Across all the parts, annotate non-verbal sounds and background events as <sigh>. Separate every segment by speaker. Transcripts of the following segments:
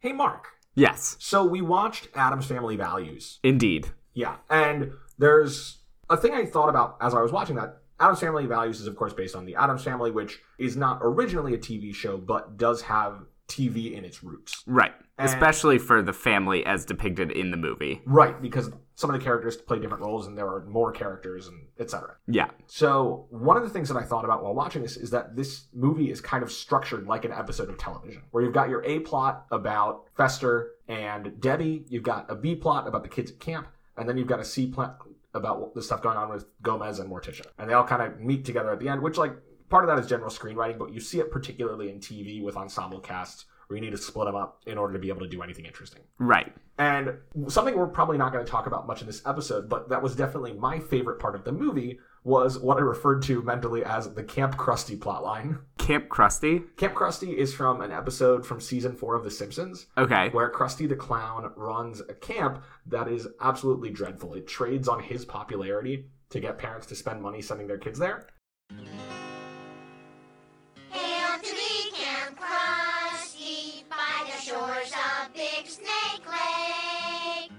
Speaker 1: Hey, Mark.
Speaker 2: Yes,
Speaker 1: So we watched Adam's Family Values.
Speaker 2: indeed.
Speaker 1: Yeah. And there's a thing I thought about as I was watching that. Adam's Family Values is, of course, based on The Adam's Family, which is not originally a TV show, but does have TV in its roots.
Speaker 2: Right.
Speaker 1: And-
Speaker 2: Especially for the family as depicted in the movie.
Speaker 1: Right, because some of the characters play different roles and there are more characters and etc.
Speaker 2: Yeah.
Speaker 1: So, one of the things that I thought about while watching this is that this movie is kind of structured like an episode of television, where you've got your A plot about Fester and Debbie, you've got a B plot about the kids at camp, and then you've got a C plot about the stuff going on with Gomez and Morticia. And they all kind of meet together at the end, which, like, part of that is general screenwriting, but you see it particularly in TV with ensemble casts where you need to split them up in order to be able to do anything interesting.
Speaker 2: Right.
Speaker 1: And something we're probably not going to talk about much in this episode, but that was definitely my favorite part of the movie was what I referred to mentally as the Camp Krusty plotline.
Speaker 2: Camp Krusty.
Speaker 1: Camp Krusty is from an episode from season four of The Simpsons
Speaker 2: Okay.
Speaker 1: where Krusty the Clown runs a camp that is absolutely dreadful. It trades on his popularity to get parents to spend money sending their kids there.
Speaker 3: Hail to thee, Camp Krusty, by the shores of Big Snake Lake.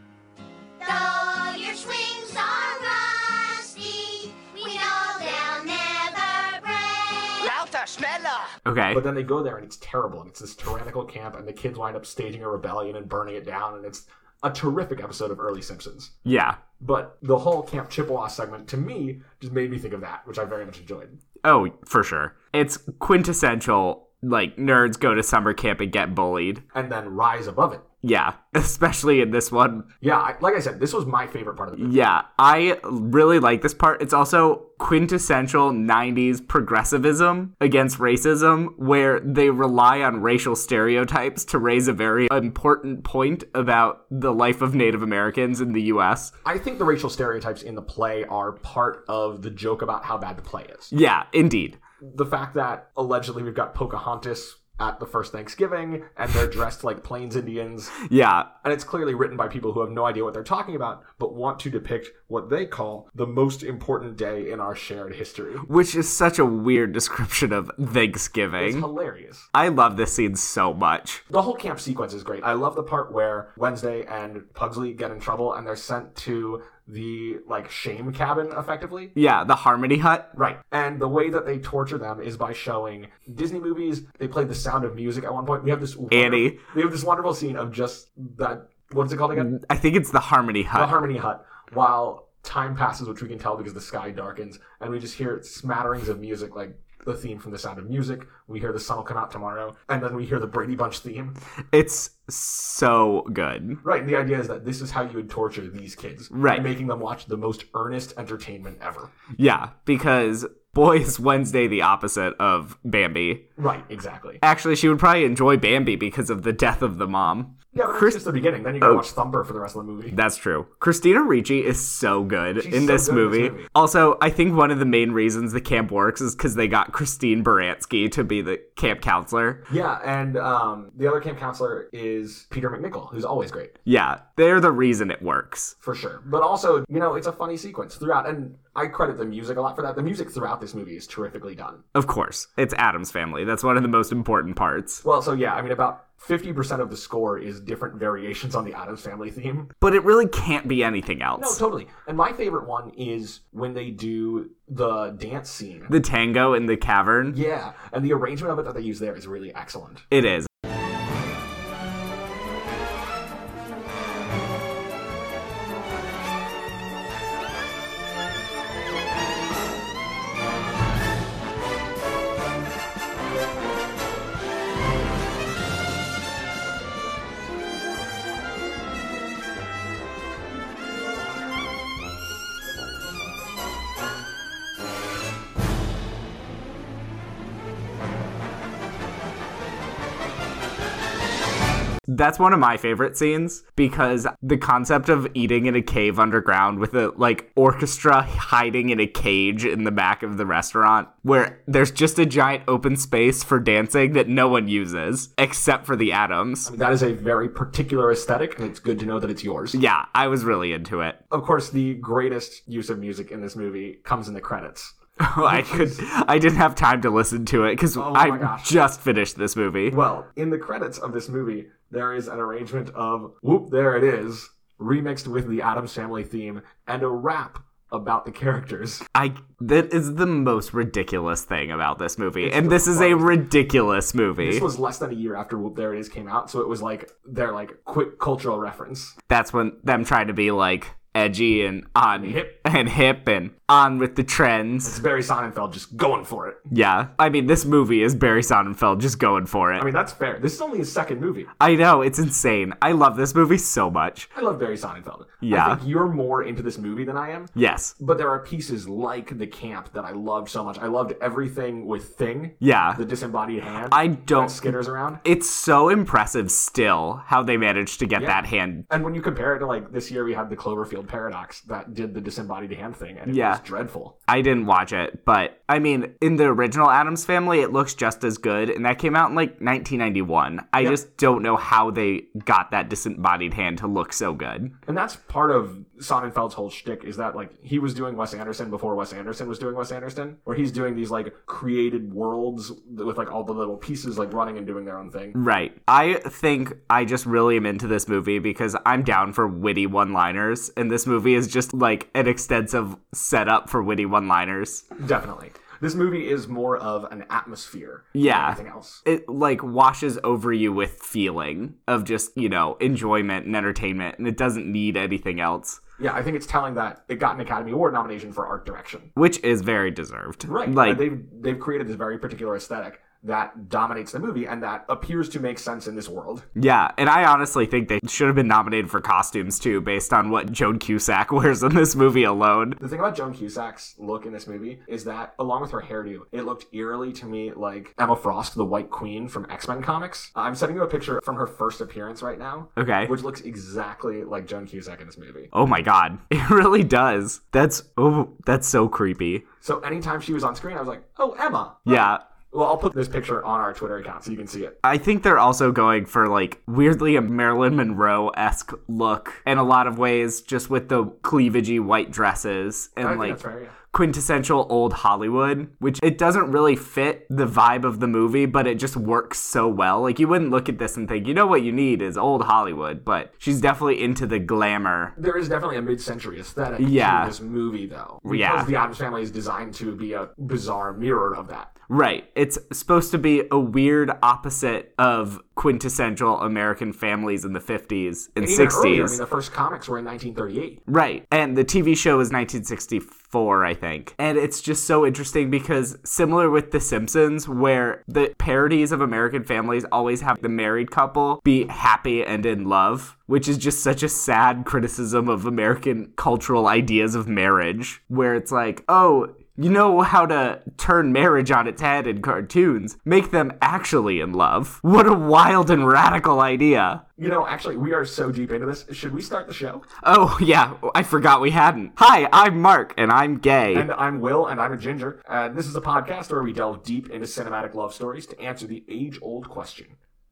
Speaker 3: Though your swings are rusty, we know they'll never break.
Speaker 4: Lauter, schneller!
Speaker 2: Okay.
Speaker 1: But then they go there and it's terrible and it's this tyrannical camp and the kids wind up staging a rebellion and burning it down and it's a terrific episode of early Simpsons.
Speaker 2: Yeah.
Speaker 1: But the whole Camp Chippewa segment to me just made me think of that, which I very much enjoyed.
Speaker 2: Oh, for sure. It's quintessential like nerds go to summer camp and get bullied.
Speaker 1: And then rise above it.
Speaker 2: Yeah. <laughs> Especially in this one.
Speaker 1: Yeah, I, like I said, this was my favorite part of the movie.
Speaker 2: Yeah. I really like this part. It's also quintessential 90s progressivism against racism where they rely on racial stereotypes to raise a very important point about the life of Native Americans in the US.
Speaker 1: I think the racial stereotypes in the play are part of the joke about how bad the play is.
Speaker 2: Yeah, indeed.
Speaker 1: The fact that allegedly we've got Pocahontas at the first Thanksgiving and they're dressed like Plains Indians,
Speaker 2: Yeah.
Speaker 1: and it's clearly written by people who have no idea what they're talking about, but want to depict what they call the most important day in our shared history.
Speaker 2: Which is such a weird description of
Speaker 1: It's
Speaker 2: Thanksgiving.
Speaker 1: hilarious.
Speaker 2: I love this scene so much.
Speaker 1: The whole camp sequence is great. I love the part where Wednesday and Pugsley get in trouble and they're sent to the like shame cabin effectively.
Speaker 2: Yeah, the Harmony Hut.
Speaker 1: Right. And the way that they torture them is by showing Disney movies. They play the sound of music at one point. We have this wonder-
Speaker 2: Annie.
Speaker 1: We have this wonderful scene of just that what's it called again?
Speaker 2: I think it's the Harmony
Speaker 1: The
Speaker 2: Hut.
Speaker 1: Harmony Hut. While time passes, which we can tell because the sky darkens, and we just hear smatterings of music like the theme from the sound of music. We hear the sun will come out tomorrow, and then we hear the Brady Bunch theme.
Speaker 2: it's so good.
Speaker 1: Right, and the idea is that this is how you would torture these kids.
Speaker 2: Right.
Speaker 1: Making them watch the most earnest entertainment ever.
Speaker 2: Yeah, because boy is Wednesday the opposite of Bambi.
Speaker 1: Right, exactly.
Speaker 2: Actually, she would probably enjoy Bambi because of the death of the mom.
Speaker 1: Yeah, but it's just the beginning. Then you gotta watch Thumper for the rest of the movie.
Speaker 2: That's true. Christina Ricci is so good,
Speaker 1: She's so good in
Speaker 2: in, this
Speaker 1: this
Speaker 2: movie.
Speaker 1: movie.
Speaker 2: Also, I think one of the main reasons the camp works is because they got Christine Baranski to be the camp counselor.
Speaker 1: yeah, and um, the other camp counselor is Peter McNichol, who's always great,
Speaker 2: Yeah, they're the reason it works.
Speaker 1: for sure. But also, you know, it's a funny sequence throughout, and I credit the music a lot for that. The music throughout this movie is terrifically done.
Speaker 2: Of course, it's Adam's family. That's one of the most important parts.
Speaker 1: Well, so yeah, I mean, about 50% of the score is different variations on the Adams Family theme.
Speaker 2: But it really can't be anything
Speaker 1: No,
Speaker 2: else.
Speaker 1: totally. And my favorite one is when they do the dance scene.
Speaker 2: the tango in the cavern.
Speaker 1: Yeah, and the arrangement of it that they use there is really excellent.
Speaker 2: It is. That's one of my favorite scenes because the concept of eating in a cave underground with a like orchestra hiding in a cage in the back of the restaurant where there's just a giant open space for dancing that no one uses except for the Adams.
Speaker 1: That is a very particular aesthetic, and it's good to know that it's yours.
Speaker 2: Yeah, I was really into it. <laughs>
Speaker 1: Of course, the greatest use of music in this movie comes in the credits.
Speaker 2: I could I didn't have time to listen to it cuz
Speaker 1: Oh my
Speaker 2: I
Speaker 1: gosh.
Speaker 2: just finished this movie.
Speaker 1: Well, in the credits of this movie, there is an arrangement of Whoop, There It Is, remixed with the Adams Family theme, and a rap about the characters.
Speaker 2: I that is the most ridiculous thing about this movie,
Speaker 1: It's
Speaker 2: and
Speaker 1: the
Speaker 2: this is a
Speaker 1: funniest.
Speaker 2: ridiculous movie.
Speaker 1: This was less than a year after Whoop, There It Is came out, so it was like their like quick cultural reference.
Speaker 2: That's when them trying to be like edgy and on
Speaker 1: Hip.
Speaker 2: and hip and on with the trends.
Speaker 1: It's Barry Sonnenfeld just going for it.
Speaker 2: Yeah, I mean this movie is Barry Sonnenfeld just going for it.
Speaker 1: I mean, that's fair. This is only his second movie.
Speaker 2: I know it's insane. I love this movie so much.
Speaker 1: I love Barry Sonnenfeld. I
Speaker 2: Yeah.
Speaker 1: think you're more into this movie than I am.
Speaker 2: Yes.
Speaker 1: But there are pieces like the camp that I loved so much. I loved everything with Thing,
Speaker 2: Yeah.
Speaker 1: the disembodied hand.
Speaker 2: I
Speaker 1: that
Speaker 2: don't.
Speaker 1: skitters around.
Speaker 2: It's so impressive still how they managed to get
Speaker 1: Yeah.
Speaker 2: that hand.
Speaker 1: And when you compare it to like this year, we had the Cloverfield paradox that did the disembodied hand thing, and it
Speaker 2: Yeah.
Speaker 1: was dreadful.
Speaker 2: I didn't watch it, but I mean, in the original Adams Family, it looks just as good, and that came out in like 1991. I
Speaker 1: Yeah.
Speaker 2: just don't know how they got that disembodied hand to look so good.
Speaker 1: And that's part of Sonnenfeld's whole shtick is that like he was doing Wes Anderson before Wes Anderson was doing Wes Anderson, where he's doing these like created worlds with like all the little pieces like running and doing their own thing.
Speaker 2: Right. I think I just really am into this movie because I'm down for witty one liners, and this movie is just like an extensive setup for witty one liners.
Speaker 1: Definitely, this movie is more of an atmosphere.
Speaker 2: Yeah.
Speaker 1: than anything else.
Speaker 2: It like washes over you with feeling of just, you know, enjoyment and entertainment, and it doesn't need anything else,
Speaker 1: Yeah, I think it's telling that it got an Academy Award nomination for art direction.
Speaker 2: which is very deserved.
Speaker 1: Right.
Speaker 2: Like,
Speaker 1: they've they've created this very particular aesthetic that dominates the movie and that appears to make sense in this world.
Speaker 2: yeah. And I honestly think they should have been nominated for costumes too, based on what Joan Cusack <laughs> wears in this movie alone.
Speaker 1: The thing about Joan Cusack's look in this movie is that, along with her hairdo, it looked eerily to me like Emma Frost, the White Queen from X Men comics. I'm sending you a picture from her first appearance right now,
Speaker 2: Okay.
Speaker 1: which looks exactly like Joan Cusack in this movie.
Speaker 2: Oh my god. <laughs> It really does. That's oh that's so creepy.
Speaker 1: So anytime she was on screen, I was like, "Oh, Emma."
Speaker 2: Yeah.
Speaker 1: Well, I'll put this picture on our Twitter account so you can see it.
Speaker 2: I think they're also going for like weirdly a Marilyn Monroe esque look in a lot of ways, just with the cleavagey white dresses
Speaker 1: I
Speaker 2: and
Speaker 1: think
Speaker 2: like
Speaker 1: that's fair, yeah.
Speaker 2: quintessential old Hollywood, which it doesn't really fit the vibe of the movie, but it just works so well. Like you wouldn't look at this and think, you know what you need is old Hollywood, but she's definitely into the glamour.
Speaker 1: There is definitely a mid-century aesthetic
Speaker 2: Yeah.
Speaker 1: to this movie, though, because
Speaker 2: Yeah.
Speaker 1: the Adams Family is designed to be a bizarre mirror of that.
Speaker 2: Right. It's supposed to be a weird opposite of quintessential American families in the 50s and
Speaker 1: Even earlier, I
Speaker 2: 60s.
Speaker 1: mean, the first comics were in 1938.
Speaker 2: Right. And the TV show is 1964, I think. And it's just so interesting because similar with The Simpsons, where the parodies of American families always have the married couple be happy and in love, which is just such a sad criticism of American cultural ideas of marriage, where it's like, oh, you know how to turn marriage on its head in cartoons. Make them actually in love. What a wild and radical idea.
Speaker 1: You know, actually, we are so deep into this. Should we start the show?
Speaker 2: Oh, <laughs> yeah, I forgot we hadn't. Hi, I'm Mark, and I'm gay.
Speaker 1: And I'm Will, and I'm a Ginger. And this is a podcast where we delve deep into cinematic love stories to answer the age old question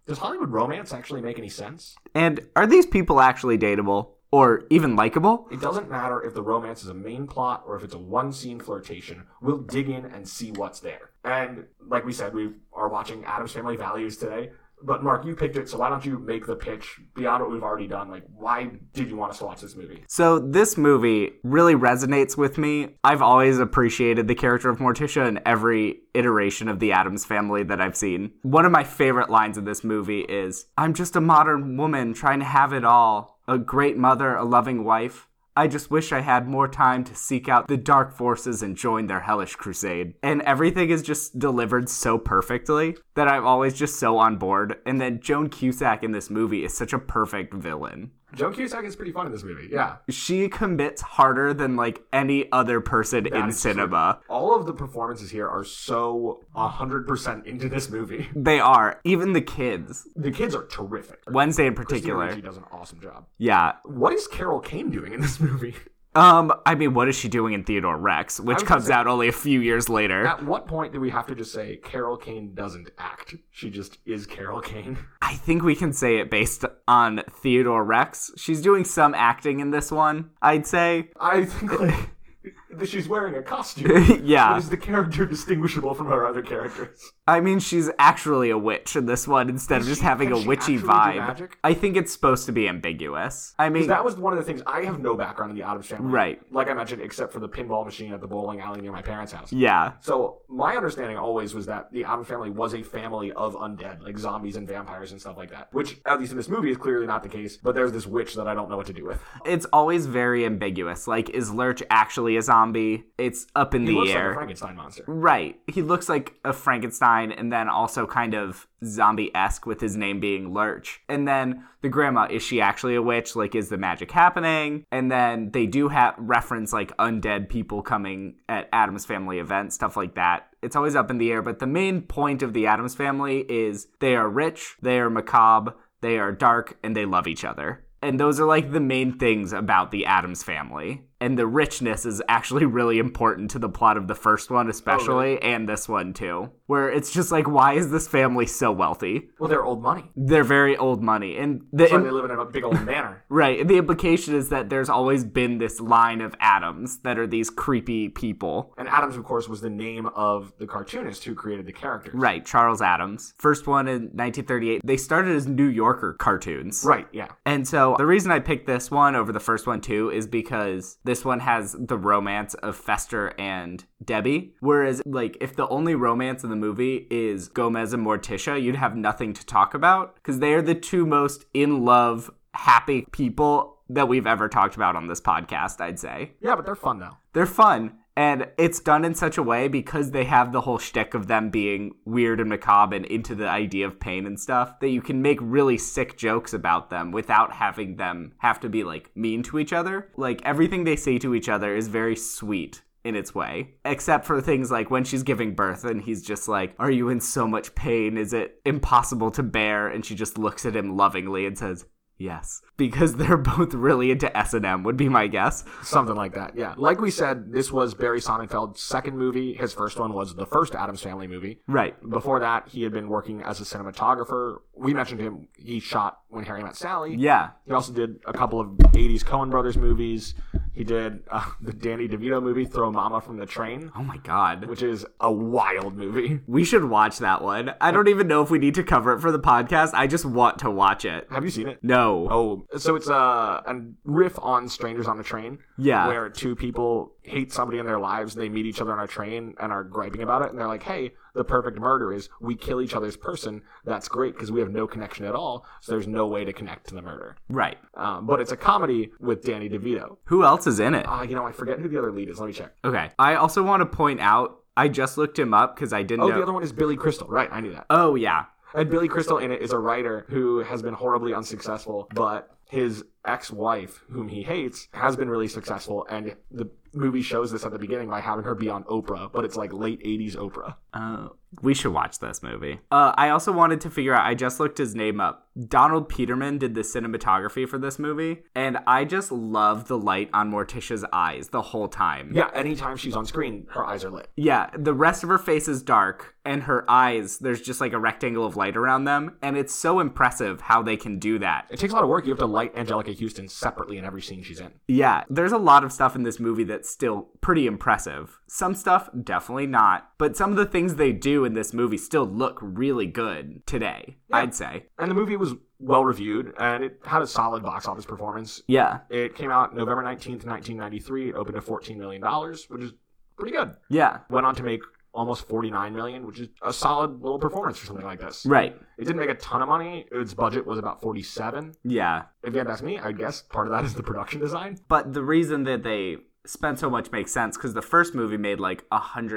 Speaker 1: Does Hollywood romance actually make any sense?
Speaker 2: And are these people actually dateable or even likable?
Speaker 1: It doesn't matter if the romance is a main plot or if it's a one scene flirtation. We'll dig in and see what's there. And like we said, we are watching Adam's Family Values today. But Mark, you picked it, so why don't you make the pitch beyond what we've already done? Like, why did you want us to watch this movie?
Speaker 2: So this movie really resonates with me. I've always appreciated the character of Morticia in every iteration of the Adams family that I've seen. One of my favorite lines in this movie is, "I'm just a modern woman trying to have it all, a great mother, a loving wife." I just wish I had more time to seek out the dark forces and join their hellish crusade. And everything is just delivered so perfectly that I'm always just so on board. And then Joan Cusack in this movie is such a perfect villain
Speaker 1: Joan Cusack is pretty fun in this movie. Yeah.
Speaker 2: she commits harder than like any other person in
Speaker 1: is true.
Speaker 2: cinema.
Speaker 1: All of the performances here are so 100% into this movie. <laughs>
Speaker 2: They are, even the kids.
Speaker 1: The kids are terrific.
Speaker 2: Wednesday in
Speaker 1: Christina
Speaker 2: particular.
Speaker 1: Ricci does an awesome job.
Speaker 2: Yeah.
Speaker 1: What is Carol Kane doing in this movie? <laughs>
Speaker 2: Um, I mean, what is she doing in Theodore Rex,
Speaker 1: was
Speaker 2: which
Speaker 1: gonna
Speaker 2: comes
Speaker 1: say-
Speaker 2: out only a few years later?
Speaker 1: At what point do we have to just say Carol Kane doesn't act? She just is Carol Kane. <laughs>
Speaker 2: I think we can say it based on Theodore Rex. She's doing some acting in this one, I'd say. <laughs>
Speaker 1: I think like she's wearing a costume.
Speaker 2: yeah.
Speaker 1: That is the character distinguishable from her other characters?
Speaker 2: I mean, she's actually a witch in this one instead of
Speaker 1: Is
Speaker 2: just
Speaker 1: she-
Speaker 2: having
Speaker 1: can
Speaker 2: a
Speaker 1: she
Speaker 2: witchy
Speaker 1: actually do
Speaker 2: vibe.
Speaker 1: magic?
Speaker 2: I think it's supposed to be ambiguous. I mean,
Speaker 1: That was one of the things. I have no background in the Adams family.
Speaker 2: Right.
Speaker 1: Like I mentioned, except for the pinball machine at the bowling alley near my parents' house.
Speaker 2: yeah.
Speaker 1: So my understanding always was that the Adams family was a family of undead, like zombies and vampires and stuff like that. Which, at least in this movie, is clearly not the case. But there's this witch that I don't know what to do with.
Speaker 2: It's always very ambiguous. Like, is Lurch actually a zombie? It's up in
Speaker 1: He
Speaker 2: the
Speaker 1: looks
Speaker 2: air.
Speaker 1: like a Frankenstein monster.
Speaker 2: Right. He looks like a Frankenstein and then also kind of zombie esque with his name being Lurch. And then the grandma, is she actually a witch? Like, is the magic happening? And then they do have reference like undead people coming at Adam's family events, stuff like that. It's always up in the air, but the main point of the Adams family is they are rich, they are macabre, they are dark, and they love each other. And those are like the main things about the Adams family. And the richness is actually really important to the plot of the first one, especially, and this one too, where it's just like, why is this family so wealthy?
Speaker 1: Well, they're old money.
Speaker 2: They're very old money. And the,
Speaker 1: So they live in a big old manor.
Speaker 2: right, and the implication is that there's always been this line of Adams that are these creepy people.
Speaker 1: And Adams, of course, was the name of the cartoonist who created the character.
Speaker 2: Right, Charles Adams. First one in 1938. They started as New Yorker cartoons.
Speaker 1: Right. Yeah.
Speaker 2: And so the reason I picked this one over the first one too is because this one has the romance of Fester and Debbie. Whereas, like, if the only romance in the movie is Gomez and Morticia, you'd have nothing to talk about because they are the two most in love, happy people that we've ever talked about on this podcast, I'd say
Speaker 1: Yeah, but they're fun though.
Speaker 2: they're fun. And it's done in such a way because they have the whole shtick of them being weird and macabre and into the idea of pain and stuff that you can make really sick jokes about them without having them have to be like mean to each other. Like everything they say to each other is very sweet in its way, except for things like when she's giving birth and he's just like, Are you in so much pain? Is it impossible to bear? And she just looks at him lovingly and says, Yes. Because they're <laughs> both really into S&M, would be my guess.
Speaker 1: Something like that, yeah. Like we said, this was Barry Sonnenfeld's second movie. His first one was the first Adams Family movie.
Speaker 2: Right.
Speaker 1: Before that, he had been working as a cinematographer. We mentioned him. He shot When Harry Met Sally.
Speaker 2: Yeah.
Speaker 1: He also did a couple of 80s Coen Brothers movies. He did uh, <laughs> the Danny DeVito movie, Throw Mama from the Train,
Speaker 2: Oh my god.
Speaker 1: which is a wild movie.
Speaker 2: We should watch that one. I don't even know if we need to cover it for the podcast. I just want to watch it.
Speaker 1: Have you seen it?
Speaker 2: No.
Speaker 1: Oh, so it's a, a riff on Strangers on a Train.
Speaker 2: Yeah.
Speaker 1: Where two people hate somebody in their lives, they meet each other on a train and are griping about it, and they're like, hey, the perfect murder is we kill each other's person. That's great because we have no connection at all, so there's no way to connect to the murder.
Speaker 2: Right.
Speaker 1: Um, but it's a comedy with Danny DeVito.
Speaker 2: Who else is in it?
Speaker 1: Ah, you know, I forget who the other lead is. Let me check.
Speaker 2: Okay. I also want to point out I just looked him up because I didn't
Speaker 1: Oh,
Speaker 2: know.
Speaker 1: the other one is Billy Crystal. Right, I knew that.
Speaker 2: oh yeah.
Speaker 1: And Billy Crystal in it is a writer who has been horribly unsuccessful, but his ex-wife, whom he hates, has been really successful. And the movie shows this at the beginning by having her be on Oprah, but it's like late '80s Oprah.
Speaker 2: Uh,
Speaker 1: Oh.
Speaker 2: we should watch this movie. Uh, I also wanted to figure out. I just looked his name up. Donald Peterman did the cinematography for this movie, and I just love the light on Morticia's eyes the whole time.
Speaker 1: Yeah, anytime she's on screen, her eyes are lit.
Speaker 2: Yeah, the rest of her face is dark, and her eyes, there's just like a rectangle of light around them. And it's so impressive how they can do that.
Speaker 1: It takes a lot of work. You have to light Angelica Houston separately in every scene she's in.
Speaker 2: Yeah, there's a lot of stuff in this movie that's still pretty impressive. Some stuff, definitely not. But some of the things they do in this movie still look really good today, I'd say.
Speaker 1: And the movie was well reviewed, and it had a solid box office performance.
Speaker 2: Yeah,
Speaker 1: It came out November 19th, 1993. It opened to $14 million, which is pretty good.
Speaker 2: yeah,
Speaker 1: Went on to make almost $49 million, which is a solid little performance for something like this.
Speaker 2: right.
Speaker 1: It didn't make a ton of money. Its budget was about 47.
Speaker 2: Yeah.
Speaker 1: If you had to ask me, I guess part of that is the production design.
Speaker 2: But the reason that they spent so much makes sense because the first movie made like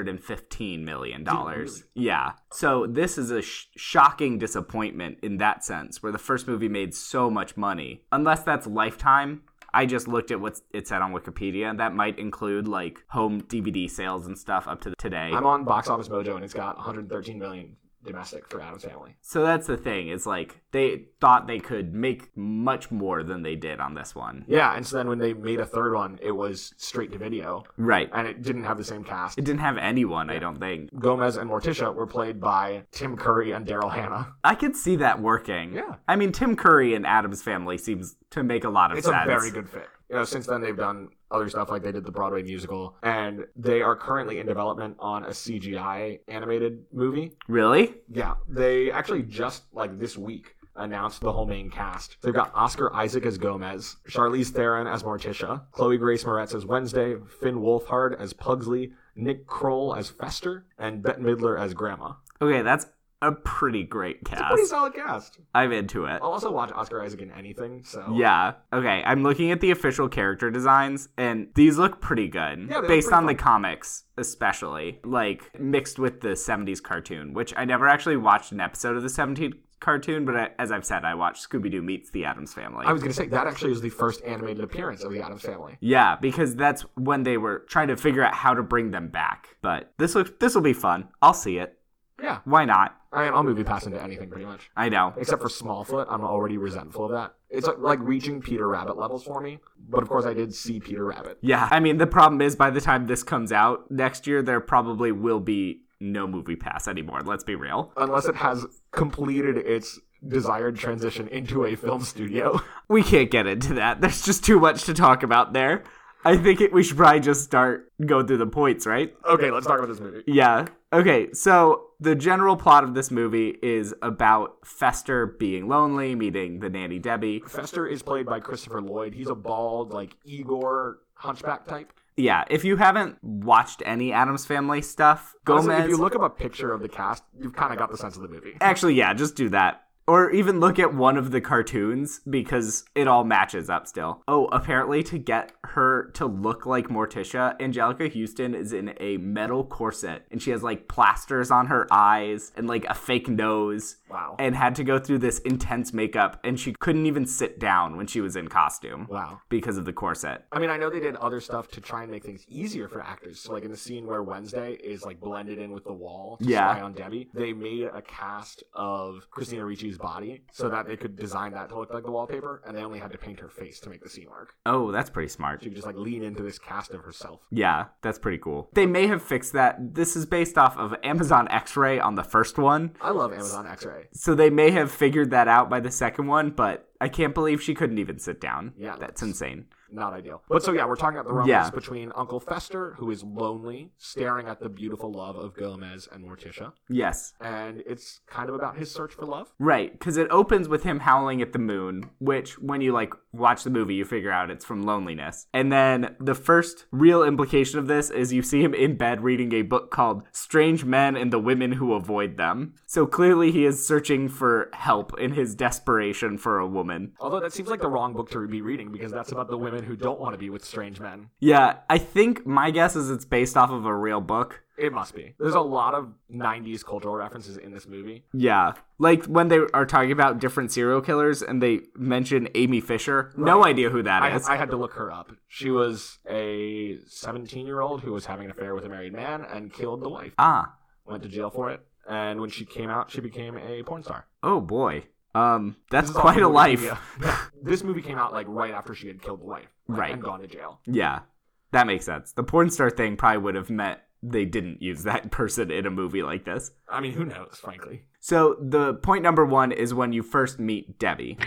Speaker 2: 115 million dollars yeah so this is a sh- shocking disappointment in that sense where the first movie made so much money unless that's lifetime i just looked at what it said on wikipedia that might include like home dvd sales and stuff up to today
Speaker 1: I'm on Box Office Mojo, and it's got 113 million domestic for Adam's Family.
Speaker 2: so that's the thing it's like they thought they could make much more than they did on this one
Speaker 1: Yeah, and so then when they made a third one, it was straight to video,
Speaker 2: right
Speaker 1: and it didn't have the same cast.
Speaker 2: it didn't have anyone i don't think
Speaker 1: Gomez and Morticia were played by Tim Curry and Daryl Hannah.
Speaker 2: I could see that working.
Speaker 1: Yeah.
Speaker 2: I mean, Tim Curry and Adam's family seems to make a lot of
Speaker 1: It's
Speaker 2: sense.
Speaker 1: a very good fit. You know, since then they've done other stuff like they did the Broadway musical, and they are currently in development on a CGI animated movie.
Speaker 2: Really?
Speaker 1: Yeah, they actually just like this week announced the whole main cast. They've got Oscar Isaac as Gomez, Charlize Theron as Morticia, Chloe Grace Moretz as Wednesday, Finn Wolfhard as Pugsley, Nick Kroll as Fester, and Bette Midler as Grandma.
Speaker 2: Okay, that's a pretty great
Speaker 1: It's a pretty Oh.
Speaker 2: cast.
Speaker 1: solid cast.
Speaker 2: I'm into it.
Speaker 1: I'll also watch Oscar Isaac in anything, so
Speaker 2: Yeah. Okay. I'm looking at the official character designs, and these look pretty good.
Speaker 1: Yeah, they look
Speaker 2: based
Speaker 1: pretty
Speaker 2: on the
Speaker 1: fun.
Speaker 2: comics, especially. Like, mixed with the 70s cartoon, which I never actually watched an episode of the 70s cartoon, but I, as I've said, I watched Scooby Doo Meets the Adams Family.
Speaker 1: I was gonna say that actually is the first animated appearance of the Adams Family.
Speaker 2: yeah, because that's when they were trying to figure out how to bring them back. But this looks this will be fun. I'll see it.
Speaker 1: Yeah,
Speaker 2: Why not?
Speaker 1: I mean, I'll movie pass into anything pretty much,
Speaker 2: I know.
Speaker 1: except for Smallfoot. I'm already resentful of that. It's like, like reaching Peter Rabbit levels for me, but of course I did see Peter Rabbit.
Speaker 2: Yeah, I mean, the problem is by the time this comes out next year, there probably will be no movie pass anymore. Let's be real.
Speaker 1: Unless it has completed its desired transition into a film studio. <laughs>
Speaker 2: We can't get into that. <laughs> There's just too much to talk about there. I think it, we should probably just start go through the points, right?
Speaker 1: okay, let's talk about this movie.
Speaker 2: Yeah. Okay, so the general plot of this movie is about Fester being lonely, meeting the nanny Debbie.
Speaker 1: Fester is played by Christopher Lloyd. He's a bald, like Igor hunchback type.
Speaker 2: Yeah, if you haven't watched any Adams Family stuff, Gomez
Speaker 1: Honestly, if you look up a picture of the cast, you've kind of got the sense of the movie.
Speaker 2: Actually, yeah, just do that. Or even look at one of the cartoons because it all matches up still. Oh, apparently, to get her to look like Morticia, Angelica Houston is in a metal corset and she has like plasters on her eyes and like a fake nose
Speaker 1: Wow.
Speaker 2: and had to go through this intense makeup and she couldn't even sit down when she was in costume
Speaker 1: Wow.
Speaker 2: because of the corset.
Speaker 1: I mean, I know they did other stuff to try and make things easier for actors. So, like in the scene where Wednesday is like blended in with the wall to
Speaker 2: Yeah.
Speaker 1: spy on Debbie, they made a cast of Christina Ricci's body so that they could design that to look like the wallpaper, and they only had to paint her face to make the scene work.
Speaker 2: Oh, that's pretty smart.
Speaker 1: She could just like lean into this cast of herself.
Speaker 2: Yeah, that's pretty cool. They may have fixed that. This is based off of Amazon X Ray on the first one.
Speaker 1: I love Amazon X-Ray.
Speaker 2: So they may have figured that out by the second one, but I can't believe she couldn't even sit down.
Speaker 1: Yeah,
Speaker 2: That's
Speaker 1: that's-
Speaker 2: insane.
Speaker 1: Not ideal. But so yeah, we're talking about the romance
Speaker 2: Yeah.
Speaker 1: between Uncle Fester, who is lonely, staring at the beautiful love of Gomez and Morticia,
Speaker 2: Yes.
Speaker 1: and it's kind of about his search for love.
Speaker 2: Right, because it opens with him howling at the moon, which when you like watch the movie, you figure out it's from loneliness. And then the first real implication of this is you see him in bed reading a book called Strange Men and the Women Who Avoid Them. So clearly he is searching for help in his desperation for a woman.
Speaker 1: Although that seems like the wrong book to be reading because that's about the women who don't want to be with strange men.
Speaker 2: Yeah, I think my guess is it's based off of a real book.
Speaker 1: It must be. There's a lot of 90s cultural references in this movie.
Speaker 2: Yeah. Like when they are talking about different serial killers and they mention Amy Fisher. No idea who that
Speaker 1: I,
Speaker 2: is.
Speaker 1: I had to look her up. She was a 17 year old who was having an affair with a married man and killed the wife.
Speaker 2: ah.
Speaker 1: Went to jail for it. And when she came out, she became a porn star.
Speaker 2: Oh boy. Um that's
Speaker 1: This is all
Speaker 2: quite a
Speaker 1: from
Speaker 2: life.
Speaker 1: Wikipedia. <laughs> this movie came out like right after she had killed the wife like,
Speaker 2: Right.
Speaker 1: and gone to jail.
Speaker 2: Yeah. That makes sense. The porn star thing probably would have meant they didn't use that <laughs> person in a movie like this.
Speaker 1: I mean, who knows, frankly.
Speaker 2: So the point number 1 is when you first meet Debbie.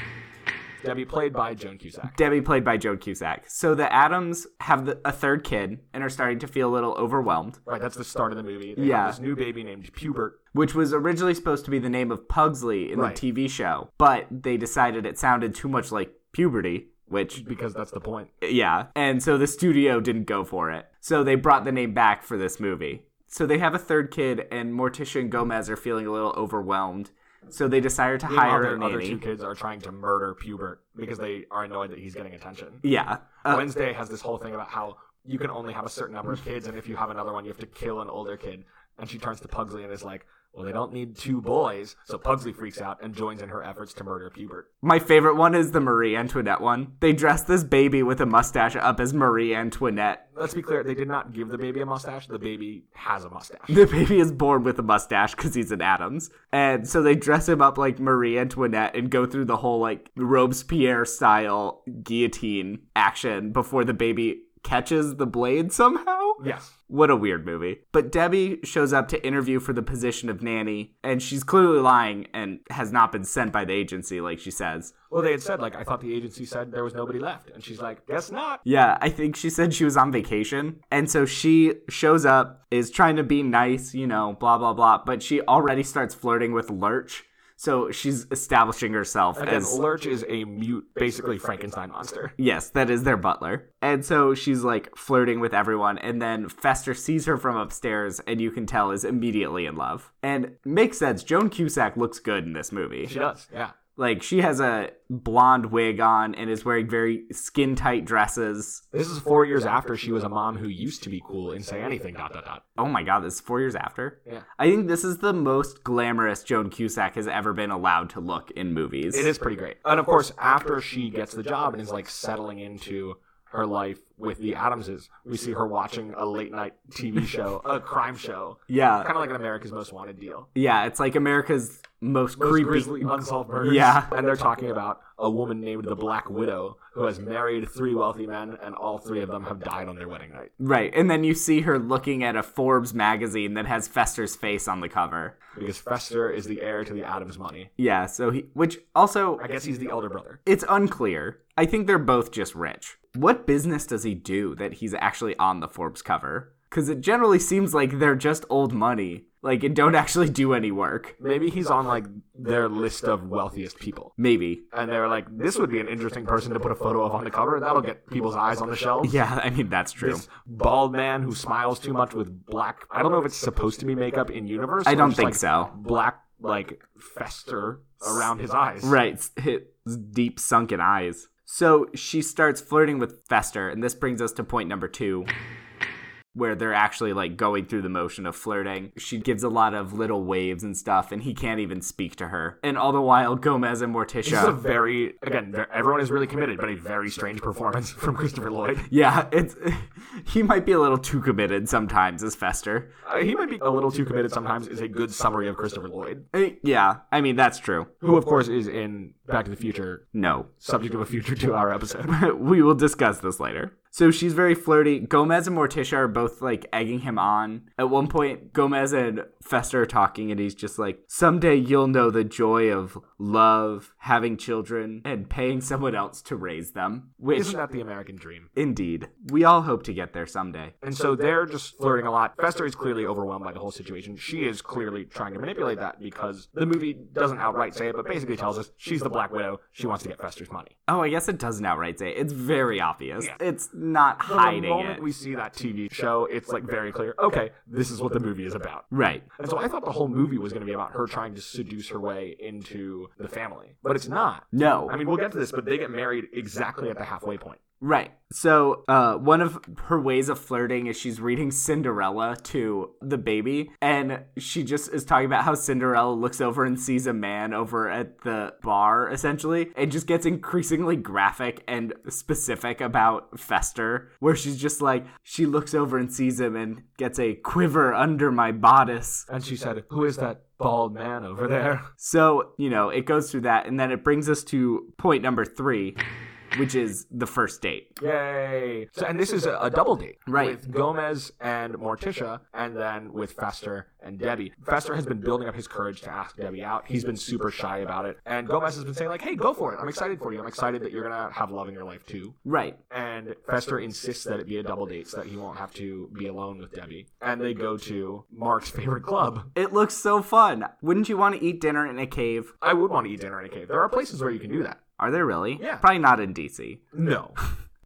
Speaker 1: Debbie, played by Joan Cusack.
Speaker 2: Debbie played by Joe Cusack. So the Adams have the, a third kid and are starting to feel a little overwhelmed.
Speaker 1: Right, that's the start of the movie. They
Speaker 2: Yeah.
Speaker 1: have this new baby named Pubert.
Speaker 2: which was originally supposed to be the name of Pugsley in
Speaker 1: Right.
Speaker 2: the TV show, but they decided it sounded too much like puberty, which,
Speaker 1: because that's the point.
Speaker 2: yeah, and so the studio didn't go for it. So they brought the name back for this movie. So they have a third kid, and Morticia and Gomez are feeling a little overwhelmed. So they decided to
Speaker 1: Meanwhile,
Speaker 2: hire
Speaker 1: their
Speaker 2: a
Speaker 1: other two
Speaker 2: nanny.
Speaker 1: kids are trying to murder Pubert because they are annoyed that he's getting attention.
Speaker 2: Yeah. Uh,
Speaker 1: Wednesday has this whole thing about how you can only have a certain number of kids, and if you have another one, you have to kill an older kid. And she turns to Pugsley and is like, "Well, they don't need two boys." So Pugsley freaks out and joins in her efforts to murder Pubert.
Speaker 2: my favorite one is the Marie Antoinette one. They dressed this baby with a mustache up as Marie Antoinette.
Speaker 1: Let's be clear: they did not give the baby a mustache. The baby has a mustache.
Speaker 2: <laughs> The baby is born with a mustache because he's an Adams. And so they dress him up like Marie Antoinette and go through the whole like Robespierre style guillotine action before the baby catches the blade somehow.
Speaker 1: Yes.
Speaker 2: What a weird movie. But Debbie shows up to interview for the position of nanny, and she's clearly lying and has not been sent by the agency, like she says.
Speaker 1: Well, they had said, like, I thought the agency said there was nobody left. And she's like, guess not.
Speaker 2: Yeah, I think she said she was on vacation. And so she shows up, is trying to be nice, you know, blah, blah, blah. But she already starts flirting with Lurch. So she's establishing herself
Speaker 1: Again,
Speaker 2: as.
Speaker 1: Lurch is a mute, basically Frankenstein monster.
Speaker 2: Yes, that is their butler. And so she's like flirting with everyone. And then Fester sees her from upstairs and you can tell is immediately in love. And makes sense. Joan Cusack looks good in this movie.
Speaker 1: She does. Yeah.
Speaker 2: Like she has a blonde wig on and is wearing very skin tight dresses.
Speaker 1: This is four years after she was a mom who used to be cool and say anything, dot, dot, dot.
Speaker 2: Oh my god, this is four years after?
Speaker 1: Yeah.
Speaker 2: I think this is the most glamorous Joan Cusack has ever been allowed to look in movies.
Speaker 1: It is pretty great. And of course, after she gets the job and is like settling into her life with the Adamses, we see her watching a late night TV show, a crime show,
Speaker 2: Yeah.
Speaker 1: kind of like an America's Most Wanted deal.
Speaker 2: Yeah, it's like America's most,
Speaker 1: Most
Speaker 2: creepy.
Speaker 1: grisly unsolved murders.
Speaker 2: Yeah.
Speaker 1: And they're talking about a woman named the Black Widow who has married three wealthy men and all three of them have died on their wedding night.
Speaker 2: Right. And then you see her looking at a Forbes magazine that has Fester's face on the cover.
Speaker 1: Because Fester is the heir to the Adams money.
Speaker 2: Yeah, so he which also
Speaker 1: I guess he's the elder brother.
Speaker 2: it's unclear. I think they're both just rich. What business does he do that he's actually on the Forbes cover? Cuz it generally seems like they're just old money, like and don't actually do any work.
Speaker 1: Maybe he's on like their list of wealthiest people.
Speaker 2: Maybe.
Speaker 1: and they were like, "This would be an interesting person to put a photo of on the cover. That'll get people's eyes on the shelves."
Speaker 2: Yeah, I mean that's true.
Speaker 1: This bald man who smiles too much with black. I don't know if it's supposed to be makeup in universe.
Speaker 2: I
Speaker 1: or
Speaker 2: don't
Speaker 1: just,
Speaker 2: think
Speaker 1: like,
Speaker 2: so.
Speaker 1: Black like fester around his eyes.
Speaker 2: Right, <laughs> s- his deep sunken eyes. So she starts flirting with Fester, and this brings us to point number two, where they're actually like going through the motion of flirting. She gives a lot of little waves and stuff, and he can't even speak to her. And all the while, Gomez and
Speaker 1: This is a
Speaker 2: Morticia.
Speaker 1: very again. ver- Everyone is really committed, but a very strange performance from Christopher Lloyd.
Speaker 2: Yeah, <laughs> it's he might be a little too committed sometimes as Fester.
Speaker 1: Uh, he might be a little too committed sometimes. Is a good summary of Christopher Lloyd,
Speaker 2: Eh, Yeah, I mean that's true.
Speaker 1: who of course is in Back to the Future,
Speaker 2: No,
Speaker 1: subject of a future two-hour episode.
Speaker 2: <laughs> we will discuss this later. So she's very flirty. Gomez and Morticia are both like egging him on. At one point, Gomez and Fester are talking, and he's just like, Someday you'll know the joy of love, having children, and paying someone else to raise them. Which,
Speaker 1: Isn't that the American dream?
Speaker 2: indeed, we all hope to get there someday.
Speaker 1: And so they're just flirting a lot. Fester is clearly overwhelmed by the whole situation. She is clearly trying to manipulate that because the movie doesn't outright say it, but basically tells us she's the Black Widow. She wants to get Fester's money.
Speaker 2: Oh, I guess it doesn't outright say. it. It's very obvious.
Speaker 1: Yeah.
Speaker 2: It's not
Speaker 1: the
Speaker 2: hiding
Speaker 1: moment
Speaker 2: it.
Speaker 1: we see that TV show, it's like very clear. Okay, this is what the movie is about.
Speaker 2: Right.
Speaker 1: And so I thought the whole movie was going to be about her trying to seduce her way into the family, but it's not.
Speaker 2: No.
Speaker 1: I mean, we'll get to this, but they get married exactly at the halfway point.
Speaker 2: Right. So, uh, one of her ways of flirting is she's reading Cinderella to the baby, and she just is talking about how Cinderella looks over and sees a man over at the bar, essentially, and just gets increasingly graphic and specific about Fester, where she's just like, she looks over and sees him and gets a quiver under my bodice.
Speaker 1: And she said, "Who is that bald man over there?"
Speaker 2: So, you know, it goes through that, and then it brings us to point number three, which is the first date.
Speaker 1: Yay! So, and this is a, a double date,
Speaker 2: Right.
Speaker 1: With Gomez and Morticia, and then with Fester and Debbie. Fester has been building up his courage to ask Debbie out. He's been super shy about it, and Gomez has been saying like, "Hey, go for it! I'm excited for you. I'm excited that you're gonna have love in your life too."
Speaker 2: Right.
Speaker 1: And Fester insists that it be a double date so that he won't have to be alone with Debbie. And they go to Mark's favorite club.
Speaker 2: It looks so fun. Wouldn't you want to eat dinner in a cave?
Speaker 1: I would want to eat dinner in a cave. There are places where you can do that.
Speaker 2: Are there really?
Speaker 1: Yeah.
Speaker 2: Probably not in DC.
Speaker 1: No.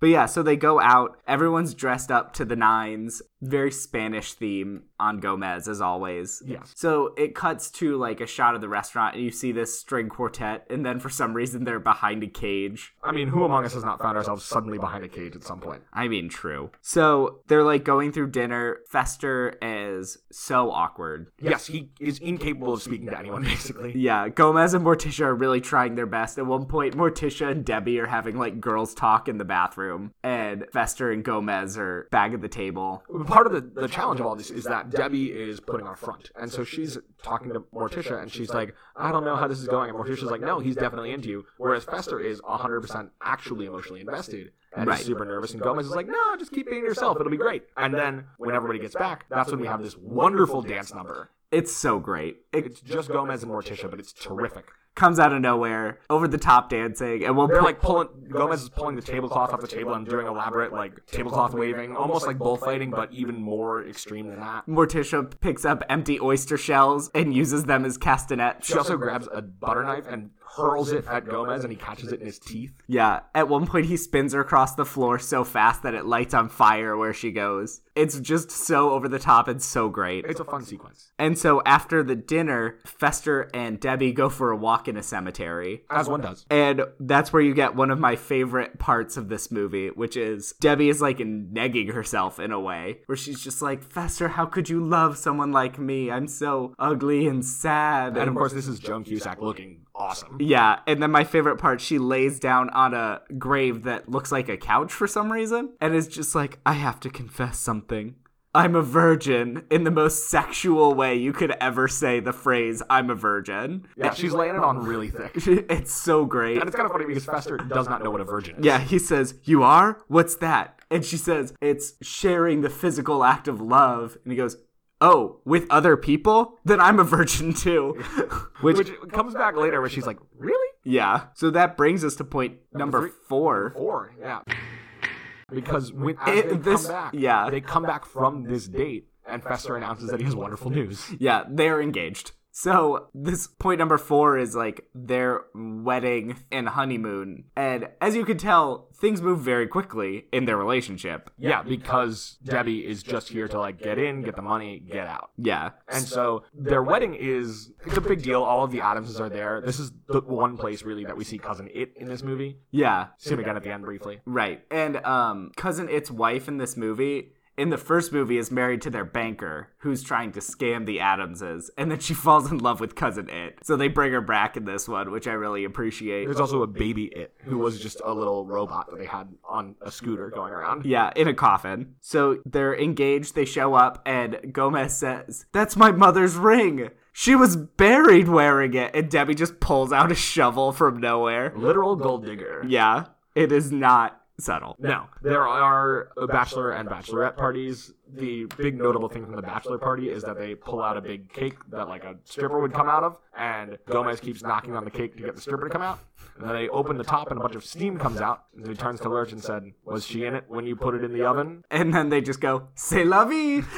Speaker 2: But yeah, so they go out. Everyone's dressed up to the nines. Very Spanish theme on Gomez, as always.
Speaker 1: Yes.
Speaker 2: So it cuts to like a shot of the restaurant, and you see this string quartet, and then for some reason they're behind a cage.
Speaker 1: I mean, who among us has not found ourselves suddenly behind a cage at some point?
Speaker 2: I mean, true. So they're like going through dinner. Fester is so awkward.
Speaker 1: Yes, he is incapable of speaking to anyone, <laughs> basically.
Speaker 2: Yeah, Gomez and Morticia are really trying their best. At one point, Morticia and Debbie are having like girls talk in the bathroom, and Fester and Gomez are back at the table.
Speaker 1: part of the, the challenge of all this is that Debbie is putting on front. And so she's talking to Morticia and she's like, I don't know how this is going. And Morticia's like, no, he's definitely into you. Whereas Fester is 100% actually emotionally invested and
Speaker 2: Right.
Speaker 1: is super nervous. And Gomez is like, no, just keep being yourself. It'll be great. And then when everybody gets back, that's when we have this wonderful dance number.
Speaker 2: It's so great. It
Speaker 1: It's just Gomez and Morticia, but it's terrific.
Speaker 2: comes out of nowhere, over the top dancing. At one
Speaker 1: They're
Speaker 2: point,
Speaker 1: like pulling, Gomez is pulling the tablecloth off the table and doing elaborate, like, tablecloth waving, almost like bullfighting, but even more extreme than that.
Speaker 2: Morticia picks up empty oyster shells and uses them as castanets.
Speaker 1: She also grabs a butter knife and hurls it at Gomez, and he catches it in his teeth.
Speaker 2: Yeah, at one point he spins her across the floor so fast that it lights on fire where she goes. It's just so over the top and so great.
Speaker 1: It's a fun sequence.
Speaker 2: And so after the dinner, Fester and Debbie go for a walk in a cemetery.
Speaker 1: As one does.
Speaker 2: And that's where you get one of my favorite parts of this movie, which is Debbie is like negging herself in a way, where she's just like, Fester, how could you love someone like me? I'm so ugly and sad.
Speaker 1: And of course, this is Joan Cusack looking awesome.
Speaker 2: yeah, and then my favorite part, she lays down on a grave that looks like a couch for some reason, and is just like, I have to confess something. I'm a virgin in the most sexual way you could ever say the phrase, I'm a virgin. <laughs>
Speaker 1: Yeah, she's laying it on really thick.
Speaker 2: It's so great.
Speaker 1: And it's kind of funny because Fester does not know what a virgin is.
Speaker 2: Yeah, he says, You are? What's that? And she says, It's sharing the physical act of love. And he goes, Oh, with other people? Then I'm a virgin too. <laughs> Which,
Speaker 1: Which comes back later where she's like, really?
Speaker 2: yeah. So that brings us to point number,
Speaker 1: three.
Speaker 2: four.
Speaker 1: Or, yeah. Because when as
Speaker 2: It-
Speaker 1: they
Speaker 2: this-
Speaker 1: come back,
Speaker 2: yeah.
Speaker 1: they come back from this date, and Fester announces that he has wonderful news.
Speaker 2: Yeah, they're engaged. So this point number four is like their wedding and honeymoon. And as you can tell, things move very quickly in their relationship.
Speaker 1: Yeah, because Debbie is just here to like get in, get the money, get out.
Speaker 2: Yeah.
Speaker 1: And so their wedding is it's a big deal. All of the Adamses are there. This is the one place really that we see cousin It in this movie.
Speaker 2: Yeah.
Speaker 1: See him again at the end briefly.
Speaker 2: Right. And um cousin it's wife in this movie in the first movie is married to their banker who's trying to scam the Adamses and then she <laughs> falls in love with cousin it. So they bring her back in this one, which I really appreciate.
Speaker 1: There's also a baby It who was just a little robot that they had on a scooter going around.
Speaker 2: Yeah, in a coffin. So they're engaged, they show up and Gomez says, "That's my mother's ring." She was buried wearing it and Debbie just pulls out a shovel from nowhere.
Speaker 1: Literal gold digger.
Speaker 2: Yeah, it is not subtle.
Speaker 1: No, there are bachelor and bachelorette parties. The big notable thing from the bachelor party is that they pull out a big cake that like a stripper would come out of, and Gomez keeps knocking on the cake to get the stripper to come out. And then they open the top, and a bunch of steam comes out. And he turns to Lurch and said, "Was she in it when you put it in the oven?
Speaker 2: And then they just go, "C'est la vie." <laughs>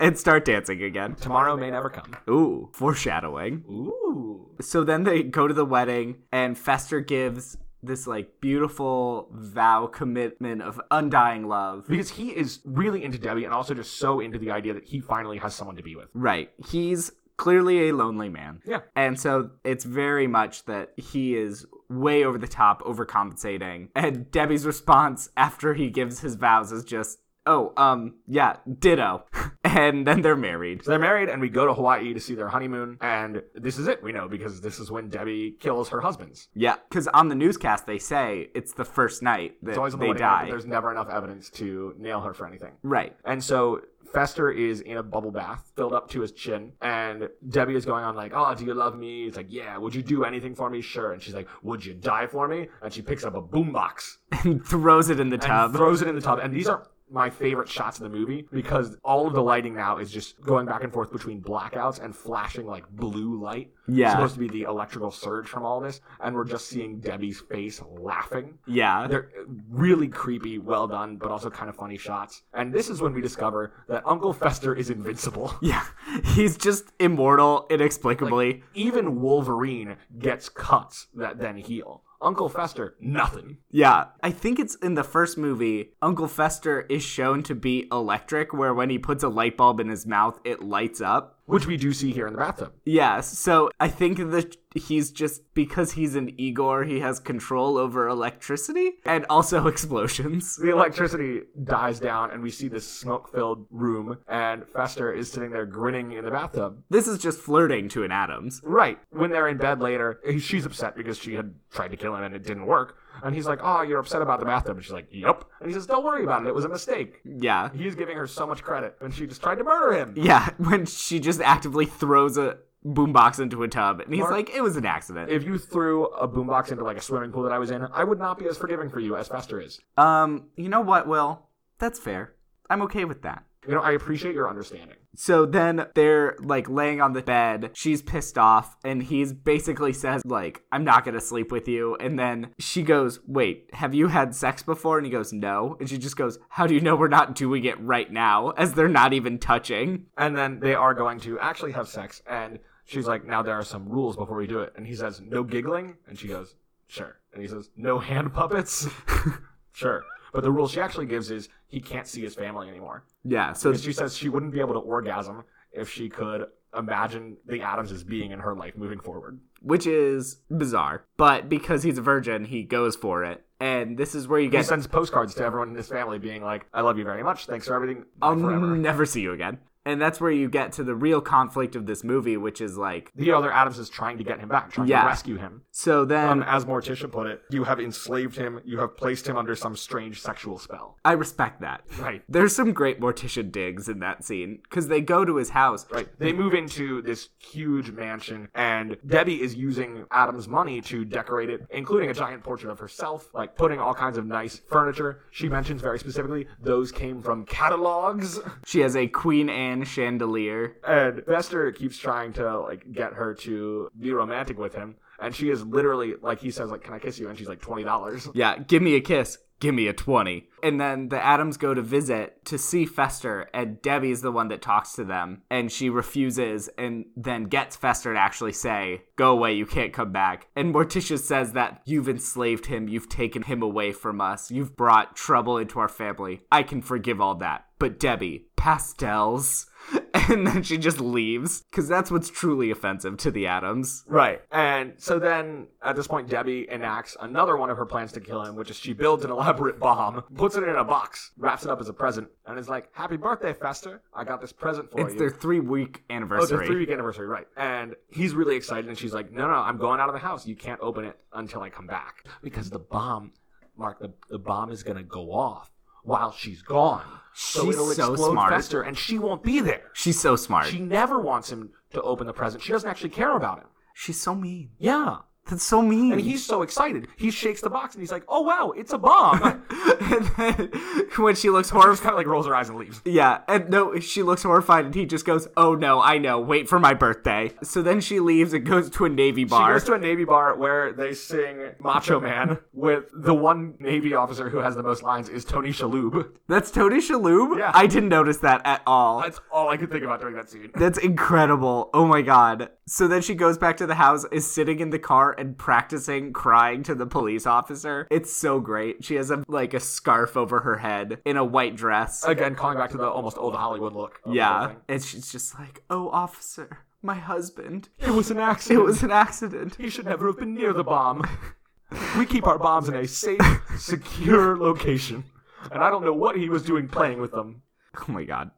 Speaker 2: And start dancing again.
Speaker 1: Tomorrow may never come."
Speaker 2: Ooh, foreshadowing.
Speaker 1: Ooh.
Speaker 2: So then they go to the wedding, and Fester gives this like beautiful vow commitment of undying love.
Speaker 1: Because he is really into Debbie and also just so into the idea that he finally has someone to be with.
Speaker 2: Right. He's clearly a lonely man.
Speaker 1: Yeah.
Speaker 2: And so it's very much that he is way over the top, overcompensating. And Debbie's response after he gives his vows is just, oh, um, yeah, ditto. <laughs> and then they're married.
Speaker 1: So they're married, and we go to Hawaii to see their honeymoon. And this is it, we know, because this is when Debbie kills her husbands.
Speaker 2: Yeah. Because on the newscast, they say it's the first night that
Speaker 1: It's always on the
Speaker 2: they
Speaker 1: wedding night, but
Speaker 2: die.
Speaker 1: There's never enough evidence to nail her for anything.
Speaker 2: Right. <laughs>
Speaker 1: And so Fester is in a bubble bath filled up to his chin, and Debbie is going on like, "Oh, do you love me?" It's like, "Yeah." Would you do anything for me? Sure. And she's like, "Would you die for me?" And she picks up a boombox
Speaker 2: and throws it in the
Speaker 1: and
Speaker 2: tub.
Speaker 1: throws it in the tub. And these are my favorite shots of the movie because all of the lighting now is just going back and forth between blackouts and flashing like blue light.
Speaker 2: Yeah.
Speaker 1: It's supposed to be the electrical surge from all this, and we're just seeing Debbie's face laughing.
Speaker 2: yeah.
Speaker 1: Uh,
Speaker 2: <laughs>
Speaker 1: They're really creepy, well done, but also kind of funny shots. And this is when we discover that Uncle Fester is invincible. <laughs>
Speaker 2: yeah. He's just immortal inexplicably.
Speaker 1: Even Wolverine gets cuts that then heal. Uncle Fester, nothing.
Speaker 2: yeah. I think it's in the first movie, Uncle Fester is shown to be electric, where when he puts a light bulb in his mouth, it lights up.
Speaker 1: Which we do see here in the bathtub.
Speaker 2: Yes. So I think the he's just because he's an Igor, he has control over electricity and also <laughs> explosions.
Speaker 1: The electricity dies down, and we see this smoke filled room, and Fester is sitting there grinning in the bathtub.
Speaker 2: This is just flirting to an Adams.
Speaker 1: Right. When they're in bed later, he- she's upset because she had tried to kill him and it didn't work. And he's like, Oh, you're upset about the bathtub. And she's like, Yep. And he says, Don't worry about it. It was a mistake.
Speaker 2: Yeah.
Speaker 1: He's giving her so much credit. And she just tried to murder him.
Speaker 2: Yeah, <laughs> when she just actively throws a boombox into a tub and he's
Speaker 1: Mark-
Speaker 2: like, it was an accident.
Speaker 1: If you threw a boombox into like a swimming pool that I was in, I would not be as forgiving for you as Fester is.
Speaker 2: um, you know what, Will? That's fair. I'm okay with that.
Speaker 1: You know, I appreciate your understanding.
Speaker 2: So then they're like laying on the bed. She's pissed off and he's basically says like, "I'm not going to sleep with you." And then she goes, "Wait, have you had sex before?" And he goes, "No." And she just goes, "How do you know we're not doing it right now as they're not even touching?"
Speaker 1: And then they are going to actually have sex. And she's like, Now there are some rules before we do it. And he says, No giggling. And she goes, Sure. And he says, No hand puppets. <laughs> sure. But the rule she actually gives is he can't see his family anymore.
Speaker 2: Yeah, so
Speaker 1: Because she says she wouldn't be able to orgasm if she could imagine the Adams as being in her life moving forward.
Speaker 2: which is bizarre, but because he's a virgin, he goes for it. And this is where you
Speaker 1: He
Speaker 2: get
Speaker 1: sends postcards to Um, everyone in his family being like, I love you very much. Thanks for everything. Bye
Speaker 2: I'll
Speaker 1: forever.
Speaker 2: never see you again. And that's where you get to the real conflict of this movie, which is like,
Speaker 1: the other Adams is trying to get him back, trying
Speaker 2: Yeah.
Speaker 1: to rescue him.
Speaker 2: so then
Speaker 1: Um, as Morticia put it, you have enslaved him. You have placed him under some strange sexual spell.
Speaker 2: I respect that.
Speaker 1: Right.
Speaker 2: There's some great Morticia digs in that scene because they go to his house.
Speaker 1: Right. They move into this huge mansion, and Debbie is using Adam's money to decorate it, including a giant portrait of herself, like putting all kinds of nice furniture. She mentions very specifically those came from catalogs. <laughs>
Speaker 2: She has a Queen Anne chandelier.
Speaker 1: And Vester keeps trying to like get her to be romantic with him. And she is literally like he says, like, Can I kiss you? And she's like, twenty dollars.
Speaker 2: Yeah, give me a kiss. Give me a 20. And then the Adams go to visit to see Fester, and Debbie's the one that talks to them, and she refuses and then gets Fester to actually say, Go away, you can't come back. And Morticia says that you've enslaved him, you've taken him away from us, you've brought trouble into our family. I can forgive all that. But Debbie, pastels. <laughs> And then she just leaves, because that's what's truly offensive to the Adams.
Speaker 1: Right. And so then at this point, Debbie enacts another one of her plans to kill him, which is she builds an elaborate bomb, puts it in a box, wraps it up as a present, and is like, Happy birthday, Fester. I got this present for
Speaker 2: It's
Speaker 1: you.
Speaker 2: their three week
Speaker 1: Oh,
Speaker 2: anniversary.
Speaker 1: their three week anniversary, right. And he's really excited, and she's like, No, no, I'm going out of the house. You can't open it until I come back. Because the bomb, Mark, the, the bomb is going to go off while she's gone. So
Speaker 2: She's
Speaker 1: it'll
Speaker 2: so
Speaker 1: explode
Speaker 2: smart.
Speaker 1: Fester, and she won't be there.
Speaker 2: She's so smart.
Speaker 1: She never wants him to open the present. She doesn't actually care about him.
Speaker 2: She's so mean.
Speaker 1: Yeah.
Speaker 2: That's so mean.
Speaker 1: And he's so excited. He shakes the box and he's like, "Oh wow, it's a
Speaker 2: <laughs>
Speaker 1: bomb!"
Speaker 2: <laughs> And then <laughs> when she looks
Speaker 1: Or just
Speaker 2: horrified,
Speaker 1: kind of like rolls her eyes and leaves.
Speaker 2: yeah, and no, she looks horrified, and he just goes, "Oh no, I know. Wait for my birthday." So then she leaves and goes to a navy
Speaker 1: She
Speaker 2: bar.
Speaker 1: goes to a Navy bar where they sing Macho Man with the one Navy officer who has the most lines is Tony Shalhoub.
Speaker 2: That's Tony Shalhoub.
Speaker 1: Yeah.
Speaker 2: I didn't notice that at all.
Speaker 1: That's all I could think about during that <laughs> scene.
Speaker 2: That's incredible. Oh my god. So then she goes back to the house, is sitting in the car and practicing crying to the police officer. It's so great. She has a like a scarf over her head in a white dress.
Speaker 1: Again, calling back to the almost old Hollywood look. of the whole
Speaker 2: yeah.
Speaker 1: thing.
Speaker 2: And she's just like, "Oh, officer, my husband.
Speaker 1: it was an
Speaker 2: It
Speaker 1: accident.
Speaker 2: was an accident." <laughs>
Speaker 1: He should never have been near the bomb. <laughs> we keep our bombs in a <laughs> safe, secure location, and I don't know what he was doing playing with them.
Speaker 2: Oh my god.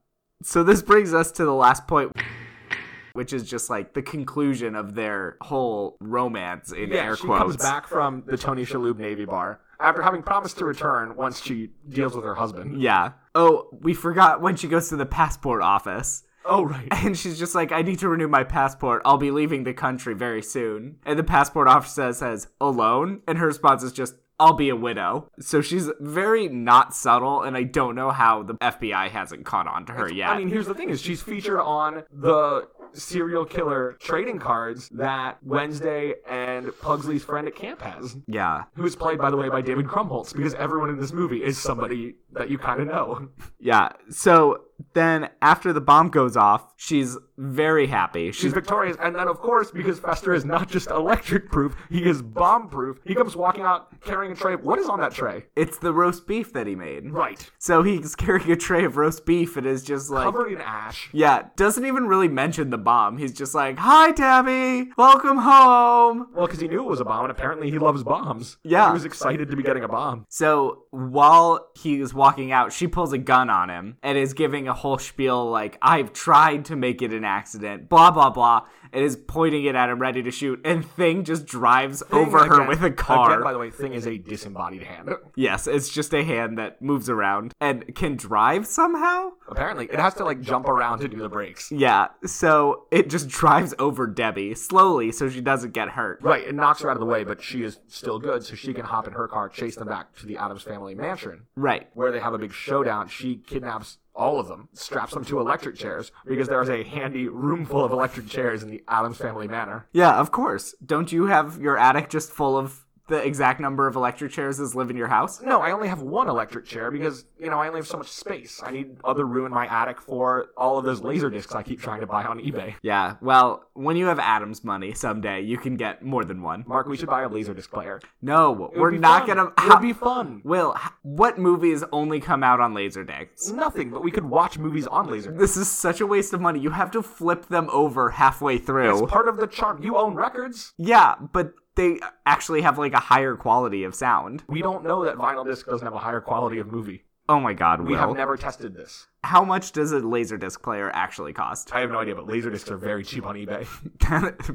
Speaker 2: So this brings us to the last point which is just like the conclusion of their whole romance in
Speaker 1: Yeah,
Speaker 2: air
Speaker 1: she
Speaker 2: quotes.
Speaker 1: comes back from the Tony Shalhoub Navy bar after having promised to return once she deals with her husband.
Speaker 2: Yeah. Oh, we forgot when she goes to the passport office.
Speaker 1: Oh, right.
Speaker 2: And she's just like, I need to renew my passport. I'll be leaving the country very soon. And the passport officer says, alone? And her response is just, I'll be a widow. So she's very not subtle, and I don't know how the FBI hasn't caught on to her yet.
Speaker 1: I mean, here's the thing: is she's featured on the serial killer trading cards that Wednesday and Pugsley's friend at camp has,
Speaker 2: yeah.
Speaker 1: who is played, by the way, by David Krumholtz, because everyone in this movie is somebody that you kind of know.
Speaker 2: Yeah. So then after the bomb goes off, she's very happy.
Speaker 1: She's
Speaker 2: She's
Speaker 1: victorious, and then of course, because Fester is not just electric proof, he is bomb proof. He comes walking out carrying a tray. What is on that tray?
Speaker 2: it's the roast beef that he made.
Speaker 1: Right,
Speaker 2: So he's <laughs> carrying a tray of roast beef and is just like
Speaker 1: covered in ash.
Speaker 2: Yeah, doesn't even really mention the bomb. He's just like, "Hi, Tabby, welcome home."
Speaker 1: Well, because he knew it was a bomb, and apparently he loves bombs.
Speaker 2: Yeah.
Speaker 1: he was excited to be getting a bomb.
Speaker 2: So while he is walking out, she pulls a gun on him and is giving a whole spiel like, I've tried to make it an accident, blah, blah, blah, and is pointing it at him, ready to shoot. And Thing just drives over her
Speaker 1: Again-
Speaker 2: with a
Speaker 1: Again, by
Speaker 2: car.
Speaker 1: the way, thing is a disembodied hand.
Speaker 2: Yes, it's just a hand that moves around and can drive somehow.
Speaker 1: Apparently, it has to like jump around to do the brakes.
Speaker 2: Yeah, so it just drives over Debbie slowly so she doesn't get hurt.
Speaker 1: Right, it knocks her out of the way, but she is still good, so she can hop in her car, chase them back to the Adams family mansion,
Speaker 2: Right.
Speaker 1: where they have a big showdown. She kidnaps all of them, straps them to electric chairs, because there is a handy room full of electric chairs in the Adams family manor.
Speaker 2: Yeah, of course. Don't you have your attic just full of the exact number of electric chairs as live in your house?
Speaker 1: No, I only have one electric chair because, you know, I only have so much space. I need other room in my attic for all of those laser discs I keep trying to buy on eBay.
Speaker 2: Yeah, well, when you have Adam's money someday, you can get more than one.
Speaker 1: Mark, we should buy a laser disc player.
Speaker 2: No,
Speaker 1: It would
Speaker 2: we're
Speaker 1: be
Speaker 2: not
Speaker 1: fun.
Speaker 2: gonna.
Speaker 1: It would be fun.
Speaker 2: Will, h- what movies only come out on Laserdiscs?
Speaker 1: Nothing, but we could watch movies on laser.
Speaker 2: This is such a waste of money. You have to flip them over halfway through.
Speaker 1: It's part of the charm. You own records.
Speaker 2: yeah, but they actually have like a higher quality of sound.
Speaker 1: We don't know that vinyl disc doesn't have a higher quality of movie.
Speaker 2: Oh my god,
Speaker 1: We
Speaker 2: Will.
Speaker 1: have never tested this.
Speaker 2: How much does a Laserdisc player actually cost?
Speaker 1: I have no idea, but laser discs are very cheap on eBay.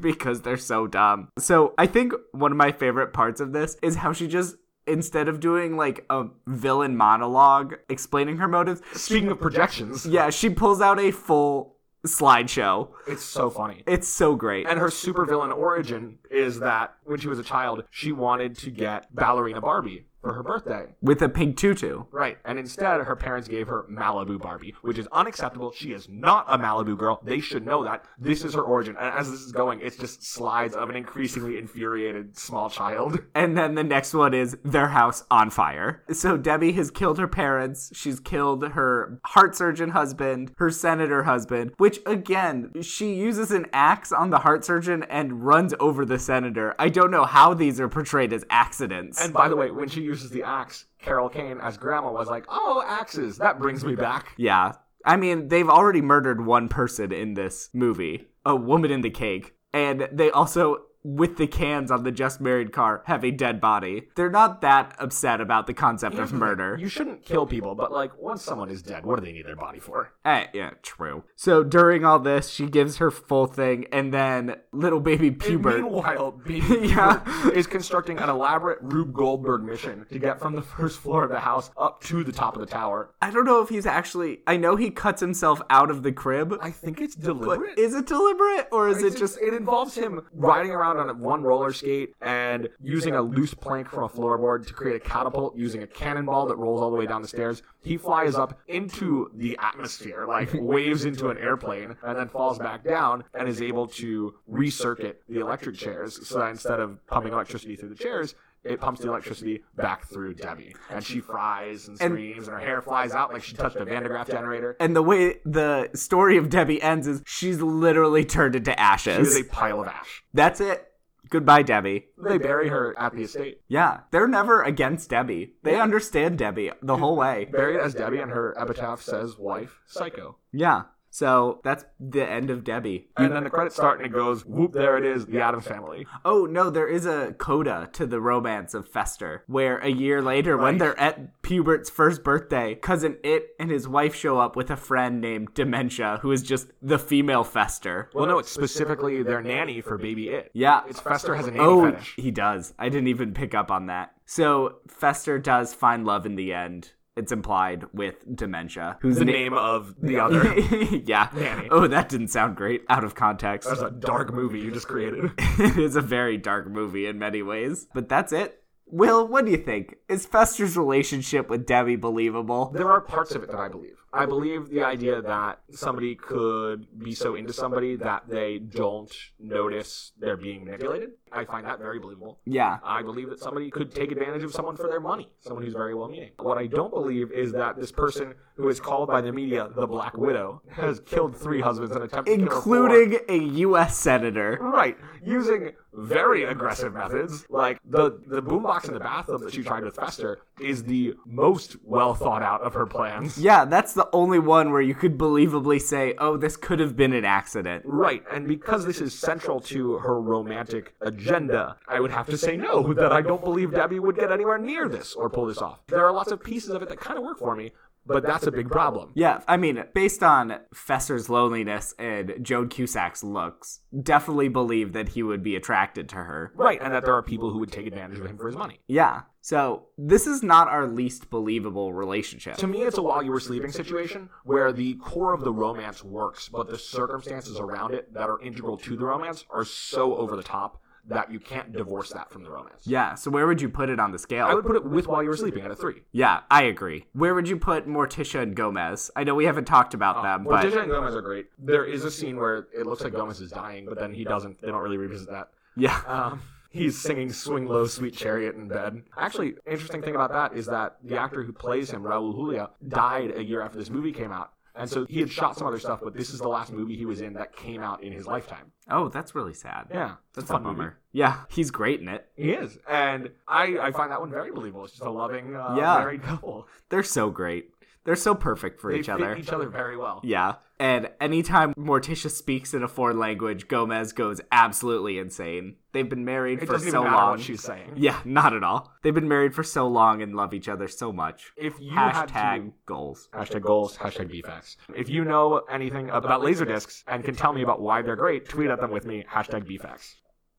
Speaker 2: <laughs> because they're so dumb. So I think one of my favorite parts of this is how she just instead of doing like a villain monologue explaining her motives,
Speaker 1: Speaking of projections,
Speaker 2: yeah, she pulls out a full slideshow.
Speaker 1: it's so funny.
Speaker 2: It's so great.
Speaker 1: And her supervillain origin is that when she was a child, she wanted to get Ballerina Barbie for her birthday.
Speaker 2: With a pink tutu.
Speaker 1: Right. And instead, her parents gave her Malibu Barbie, which is unacceptable. She is not a Malibu girl. They should know that. This is her origin. And as this is going, it's just slides of an increasingly infuriated small child.
Speaker 2: And then the next one is their house on fire. So Debbie has killed her parents. She's killed her heart surgeon husband, her senator husband, which again, she uses an axe on the heart surgeon and runs over the senator. I don't know how these are portrayed as accidents.
Speaker 1: And by the way, when she uses the axe, Carol Kane as grandma was like, "Oh, axes! That brings me back."
Speaker 2: yeah. I mean, they've already murdered one person in this movie a woman in the cake. And they also. With the cans on the just married car, have a dead body. They're not that upset about the concept of murder.
Speaker 1: You shouldn't kill people, but like once someone is dead, what do they need their body for?
Speaker 2: Eh, yeah, true. So during all this, she gives her full thing, and then little baby Pubert.
Speaker 1: Meanwhile, <laughs> baby
Speaker 2: Yeah.
Speaker 1: Hubert is constructing an elaborate Rube Goldberg mission to get from the first floor of the house up to the top of the tower.
Speaker 2: I don't know if he's actually. I know he cuts himself out of the crib.
Speaker 1: I think it's
Speaker 2: but
Speaker 1: deliberate.
Speaker 2: is it deliberate or is it just?
Speaker 1: it involves him riding around on one roller skate and using a loose plank from a floorboard to create a catapult using a cannonball that rolls all the way down the stairs he flies up into the atmosphere like <laughs> waves into an airplane and then falls back down and is able to recircuit the electric chairs so that instead of pumping electricity through the chairs it pumps the electricity back through Debbie, and she fries and
Speaker 2: And-
Speaker 1: screams, and her hair flies out like she touched a Van de Graaff generator.
Speaker 2: And the way the story of Debbie ends is she's literally turned into
Speaker 1: She is
Speaker 2: ashes.
Speaker 1: a pile of ash.
Speaker 2: That's it. Goodbye, Debbie.
Speaker 1: They bury her at the estate.
Speaker 2: Yeah, they're never against Debbie. They understand Debbie the whole way.
Speaker 1: buried as Debbie, and her epitaph says "wife psycho."
Speaker 2: Yeah. So that's the end of Debbie.
Speaker 1: And then the credits start, and it goes, "Whoop! There it is, the Adams Family."
Speaker 2: Oh no, there is a coda to the romance of Fester, where a year later,
Speaker 1: Right.
Speaker 2: when they're at Pubert's first birthday, cousin It and his wife show up with a friend named Dementia, who is just the female Fester.
Speaker 1: Well, no, it's specifically their nanny for baby it.
Speaker 2: Yeah.
Speaker 1: it's Fester has a nanny
Speaker 2: Oh,
Speaker 1: fetish.
Speaker 2: he does. I didn't even pick up on that. So Fester does find love in the end. It's implied with Dementia, who's
Speaker 1: The name of the <laughs> other.
Speaker 2: <laughs> yeah.
Speaker 1: Nanny.
Speaker 2: Oh, that didn't sound great out of context.
Speaker 1: That's a dark movie you just created.
Speaker 2: <laughs> it is a very dark movie in many ways, but that's it. Will, what do you think? Is Fester's relationship with Debbie believable?
Speaker 1: There are parts of it that I believe. I believe the idea that somebody could be so into somebody that they don't notice they're being manipulated. I find that very believable.
Speaker 2: Yeah.
Speaker 1: I believe that somebody could take advantage of someone for their money, someone who's very well meaning. What I don't believe is that this person who is called by the media the Black Widow has killed three husbands and attempted to kill four.
Speaker 2: Including a U.S. senator.
Speaker 1: Right, using very aggressive methods. Like the the boombox in the bathtub that she tried with Fester is the most well thought out of her plans.
Speaker 2: Yeah, that's the only one where you could believably say, oh, this could have been an accident.
Speaker 1: Right, and because this is central to her romantic agenda, I would have to say no, that I don't believe Debbie would get anywhere near this or pull this off. There are lots of pieces of it that kind of work for me, but that's a big problem.
Speaker 2: Yeah, I mean, based on Fester's loneliness and Joan Cusack's looks, definitely believe that he would be attracted to her.
Speaker 1: Right, and that there are people who would take advantage of him for his money.
Speaker 2: Yeah. So, this is not our least believable relationship.
Speaker 1: To me, it's a while you were sleeping situation where the core of the romance works, but the circumstances around it that are integral to the romance are so over the top that you can't divorce that from the romance.
Speaker 2: Yeah, so where would you put it on the scale?
Speaker 1: I would put it with while you were sleeping at a three.
Speaker 2: yeah, I agree. Where would you put Morticia and Gomez? I know we haven't talked about them, Um, but
Speaker 1: Oh, Morticia and Uh, Gomez are great. There is a scene where it looks like Gomez is dying, but then he doesn't. They don't really revisit that.
Speaker 2: yeah. <laughs>
Speaker 1: Um, he's singing "Swing Low, Sweet Chariot" in bed. Actually, interesting thing about that is that the actor who plays him, Raul Julia, died a year after this movie came out. And so he had shot some other stuff, but this is the last movie he was in that came out in his lifetime.
Speaker 2: Oh, that's really sad.
Speaker 1: Yeah,
Speaker 2: That's
Speaker 1: it's a
Speaker 2: a bummer. Yeah, he's great in it.
Speaker 1: He is, and I, I find that one very believable. It's just a loving uh,
Speaker 2: Yeah.
Speaker 1: married couple.
Speaker 2: They're so great. They're so perfect for
Speaker 1: They
Speaker 2: each
Speaker 1: fit
Speaker 2: other.
Speaker 1: each other very well.
Speaker 2: Yeah. And anytime Morticia speaks in a foreign language, Gomez goes absolutely insane. They've been married
Speaker 1: It
Speaker 2: for
Speaker 1: doesn't
Speaker 2: so
Speaker 1: even matter
Speaker 2: long.
Speaker 1: what she's saying.
Speaker 2: Yeah, not at all. They've been married for so long and love each other so much.
Speaker 1: If you had
Speaker 2: Hashtag
Speaker 1: to,
Speaker 2: goals.
Speaker 1: hashtag goals, hashtag BFAX. If you know anything about laser discs and can tell me about why they're great, tweet at them with me, hashtag BFAX.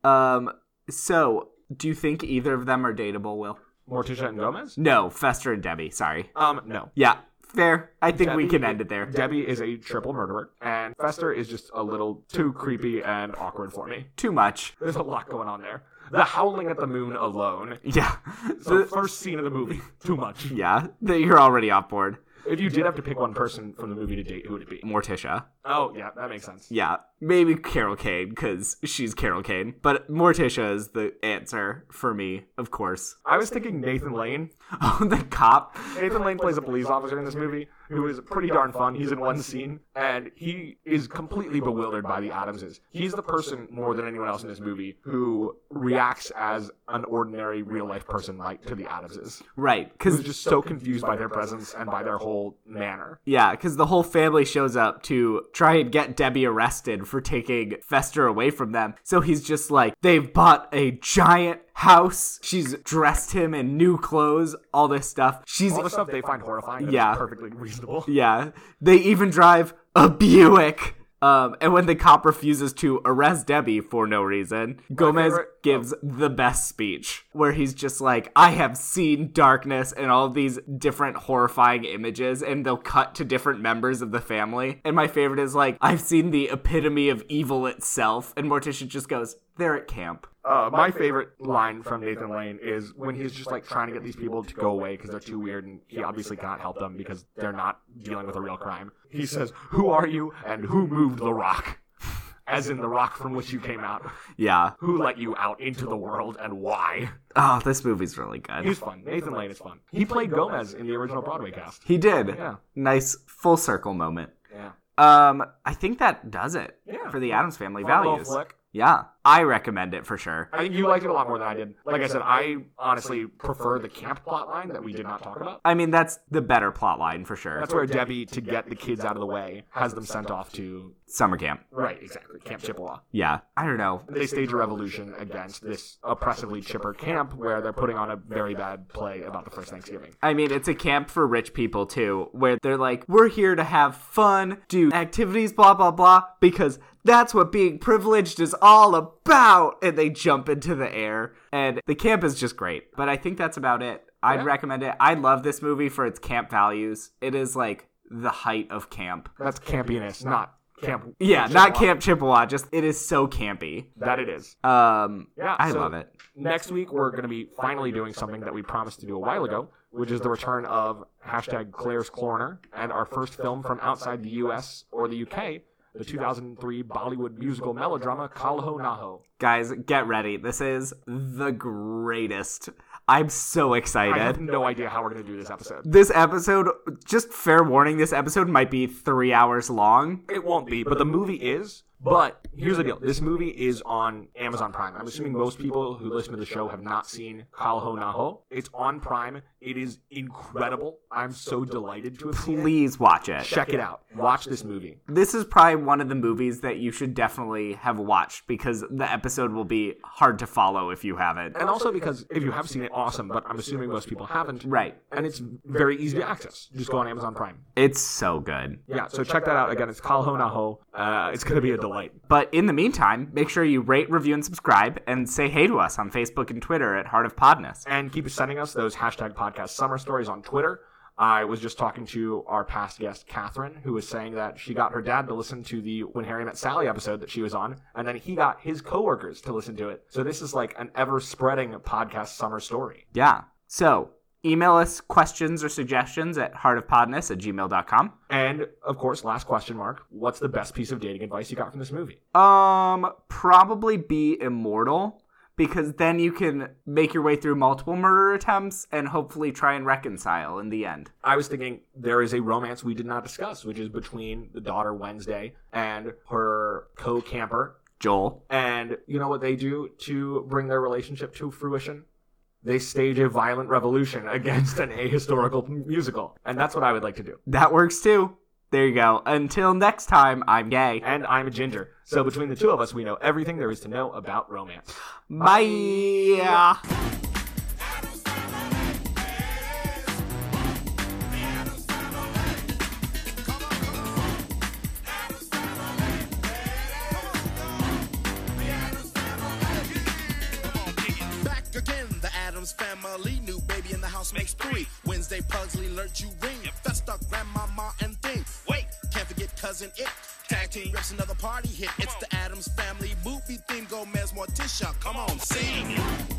Speaker 2: Um, so do you think either of them are dateable, Will?
Speaker 1: Morticia and Gomez?
Speaker 2: No, Fester and Debbie, sorry.
Speaker 1: Um, no.
Speaker 2: Yeah, fair. I think we
Speaker 1: Debbie-
Speaker 2: can end it there.
Speaker 1: Debbie is a triple murderer, and Fester is just a little too creepy and awkward for me.
Speaker 2: Too much.
Speaker 1: There's a lot going on there. The howling at the moon alone.
Speaker 2: Yeah. <laughs>
Speaker 1: So first scene of the movie, <laughs> too much.
Speaker 2: yeah, that you're already off board.
Speaker 1: If you did have to pick one person from the movie to date, who would it be?
Speaker 2: Morticia.
Speaker 1: Oh yeah, that makes sense.
Speaker 2: Yeah, maybe Carol Kane because she's Carol Kane. But Morticia is the answer for me, of course. <laughs>
Speaker 1: I was thinking Nathan Lane.
Speaker 2: Oh, the cop.
Speaker 1: Nathan Lane plays a police officer in this movie who is pretty darn fun. He's in one scene and he is completely bewildered by the Adamses. He's the person more than anyone else in this movie who reacts as an ordinary real life person might to the Adamses.
Speaker 2: Right,
Speaker 1: Who's
Speaker 2: because
Speaker 1: just so confused by their presence and by their whole manner.
Speaker 2: yeah, because the whole family shows up to try and get Debbie arrested for taking Fester away from them. So he's just like, they've bought a giant house. She's dressed him in new clothes, all this stuff. She's
Speaker 1: All the stuff they find horrifying and
Speaker 2: Yeah.
Speaker 1: is perfectly reasonable.
Speaker 2: Yeah. They even drive a <laughs> Buick. Um, and when the cop refuses to arrest Debbie for no reason, Gomez
Speaker 1: favorite- oh.
Speaker 2: gives the best speech where he's just like, I have seen darkness and all these different horrifying images, and they'll cut to different members of the family. And my favorite is like, I've seen the epitome of evil itself. And Morticia just goes, They're at camp.
Speaker 1: Uh, my favorite line from Nathan Lane is when he's just like trying to get these people to go away because they're too weird and he obviously cannot help them because they're not dealing with a real crime. He says, Who are you and who moved the rock? <laughs> As in the rock from which you came out.
Speaker 2: Yeah.
Speaker 1: Who let you out into the world and why?
Speaker 2: Oh, this movie's really good.
Speaker 1: He's fun. Nathan Lane is fun. He played Gomez in the original Broadway cast.
Speaker 2: He did.
Speaker 1: Yeah.
Speaker 2: Nice full circle moment.
Speaker 1: Yeah.
Speaker 2: Um, I think that does it
Speaker 1: Yeah.
Speaker 2: for the Adams Family
Speaker 1: Fun little
Speaker 2: values.
Speaker 1: flick.
Speaker 2: Yeah, I recommend it for sure.
Speaker 1: I think you liked it a lot more than I did. Like I said, I honestly prefer the camp plot line that we did not talk about.
Speaker 2: I mean, that's the better plot line for sure.
Speaker 1: That's where Debbie, to get the kids out of the way, has them sent off to
Speaker 2: Summer camp.
Speaker 1: Right, exactly. Camp Chippewa.
Speaker 2: Yeah, I don't know.
Speaker 1: They stage a revolution against this oppressively chipper camp where they're putting on a very bad play about the first Thanksgiving.
Speaker 2: I mean, it's a camp for rich people too, where they're like, we're here to have fun, do activities, blah, blah, blah, because that's what being privileged is all about. And they jump into the air. And the camp is just great. But I think that's about it. I'd
Speaker 1: Yeah.
Speaker 2: recommend it. I love this movie for its camp values. It is like the height of camp.
Speaker 1: That's campiness, not
Speaker 2: Camp, yeah, not Camp Chippewa. Just it is so campy.
Speaker 1: That it is.
Speaker 2: Um,
Speaker 1: Yeah,
Speaker 2: I
Speaker 1: so-
Speaker 2: love it.
Speaker 1: Next week, we're going to be finally doing something that we promised to do a while ago, which is the return of hashtag Claire's Corner and our first film from outside the U.S. or the U.K., the 2003 Bollywood musical melodrama Kalho Naho.
Speaker 2: Guys, get ready. This is the greatest. I'm so
Speaker 1: I have
Speaker 2: excited.
Speaker 1: no idea how we're going to do this episode.
Speaker 2: This episode, just fair warning, this episode might be three hours long.
Speaker 1: It won't be, but the movie is. But here's the deal: this movie is on Amazon Prime. I'm assuming most people who listen to the show have not seen Kalho Naho. It's on Prime. It is incredible. I'm so delighted to have seen it.
Speaker 2: Please watch it.
Speaker 1: Check it out. Watch this movie.
Speaker 2: This is probably one of the movies that you should definitely have watched because the episode will be hard to follow if you haven't.
Speaker 1: And also because if you have seen it, awesome. But I'm assuming most people haven't.
Speaker 2: Right.
Speaker 1: And it's very easy to access. Just go on Amazon Prime.
Speaker 2: It's so good.
Speaker 1: Yeah. So check that out again. It's Kalho Naho. Uh, it's gonna be a delight.
Speaker 2: But in the meantime, make sure you rate, review, and subscribe, and say hey to us on Facebook and Twitter at Heart of Podness.
Speaker 1: and keep sending us those hashtag podcast summer stories on Twitter. I was just talking to our past guest, Catherine, who was saying that she got her dad to listen to the When Harry Met Sally episode that she was on, and then he got his coworkers to listen to it. So this is like an ever spreading podcast summer story.
Speaker 2: Yeah. So email us questions or suggestions at heartofpodness at gmail.com.
Speaker 1: And of course, last question mark what's the best piece of dating advice you got from this movie?
Speaker 2: Um, probably be immortal because then you can make your way through multiple murder attempts and hopefully try and reconcile in the end.
Speaker 1: I was thinking there is a romance we did not discuss, which is between the daughter Wednesday and her co camper,
Speaker 2: Joel.
Speaker 1: And you know what they do to bring their relationship to fruition? They stage a violent revolution <laughs> against an ahistorical musical. And that's what I would like to do.
Speaker 2: That works too. There you go. Until next time, I'm gay.
Speaker 1: And I'm a ginger. So between the two of us, we know everything there is to know about romance.
Speaker 2: Bye.
Speaker 4: Back again, the Adams family. New baby in the house makes three. Wednesday, Pugsley learned you ring. Festa, grandmama, and thing. Wait, can't forget cousin Ick. Tag team rips another party hit. It's the Adams family movie theme. Gomez, Morticia, come on, sing.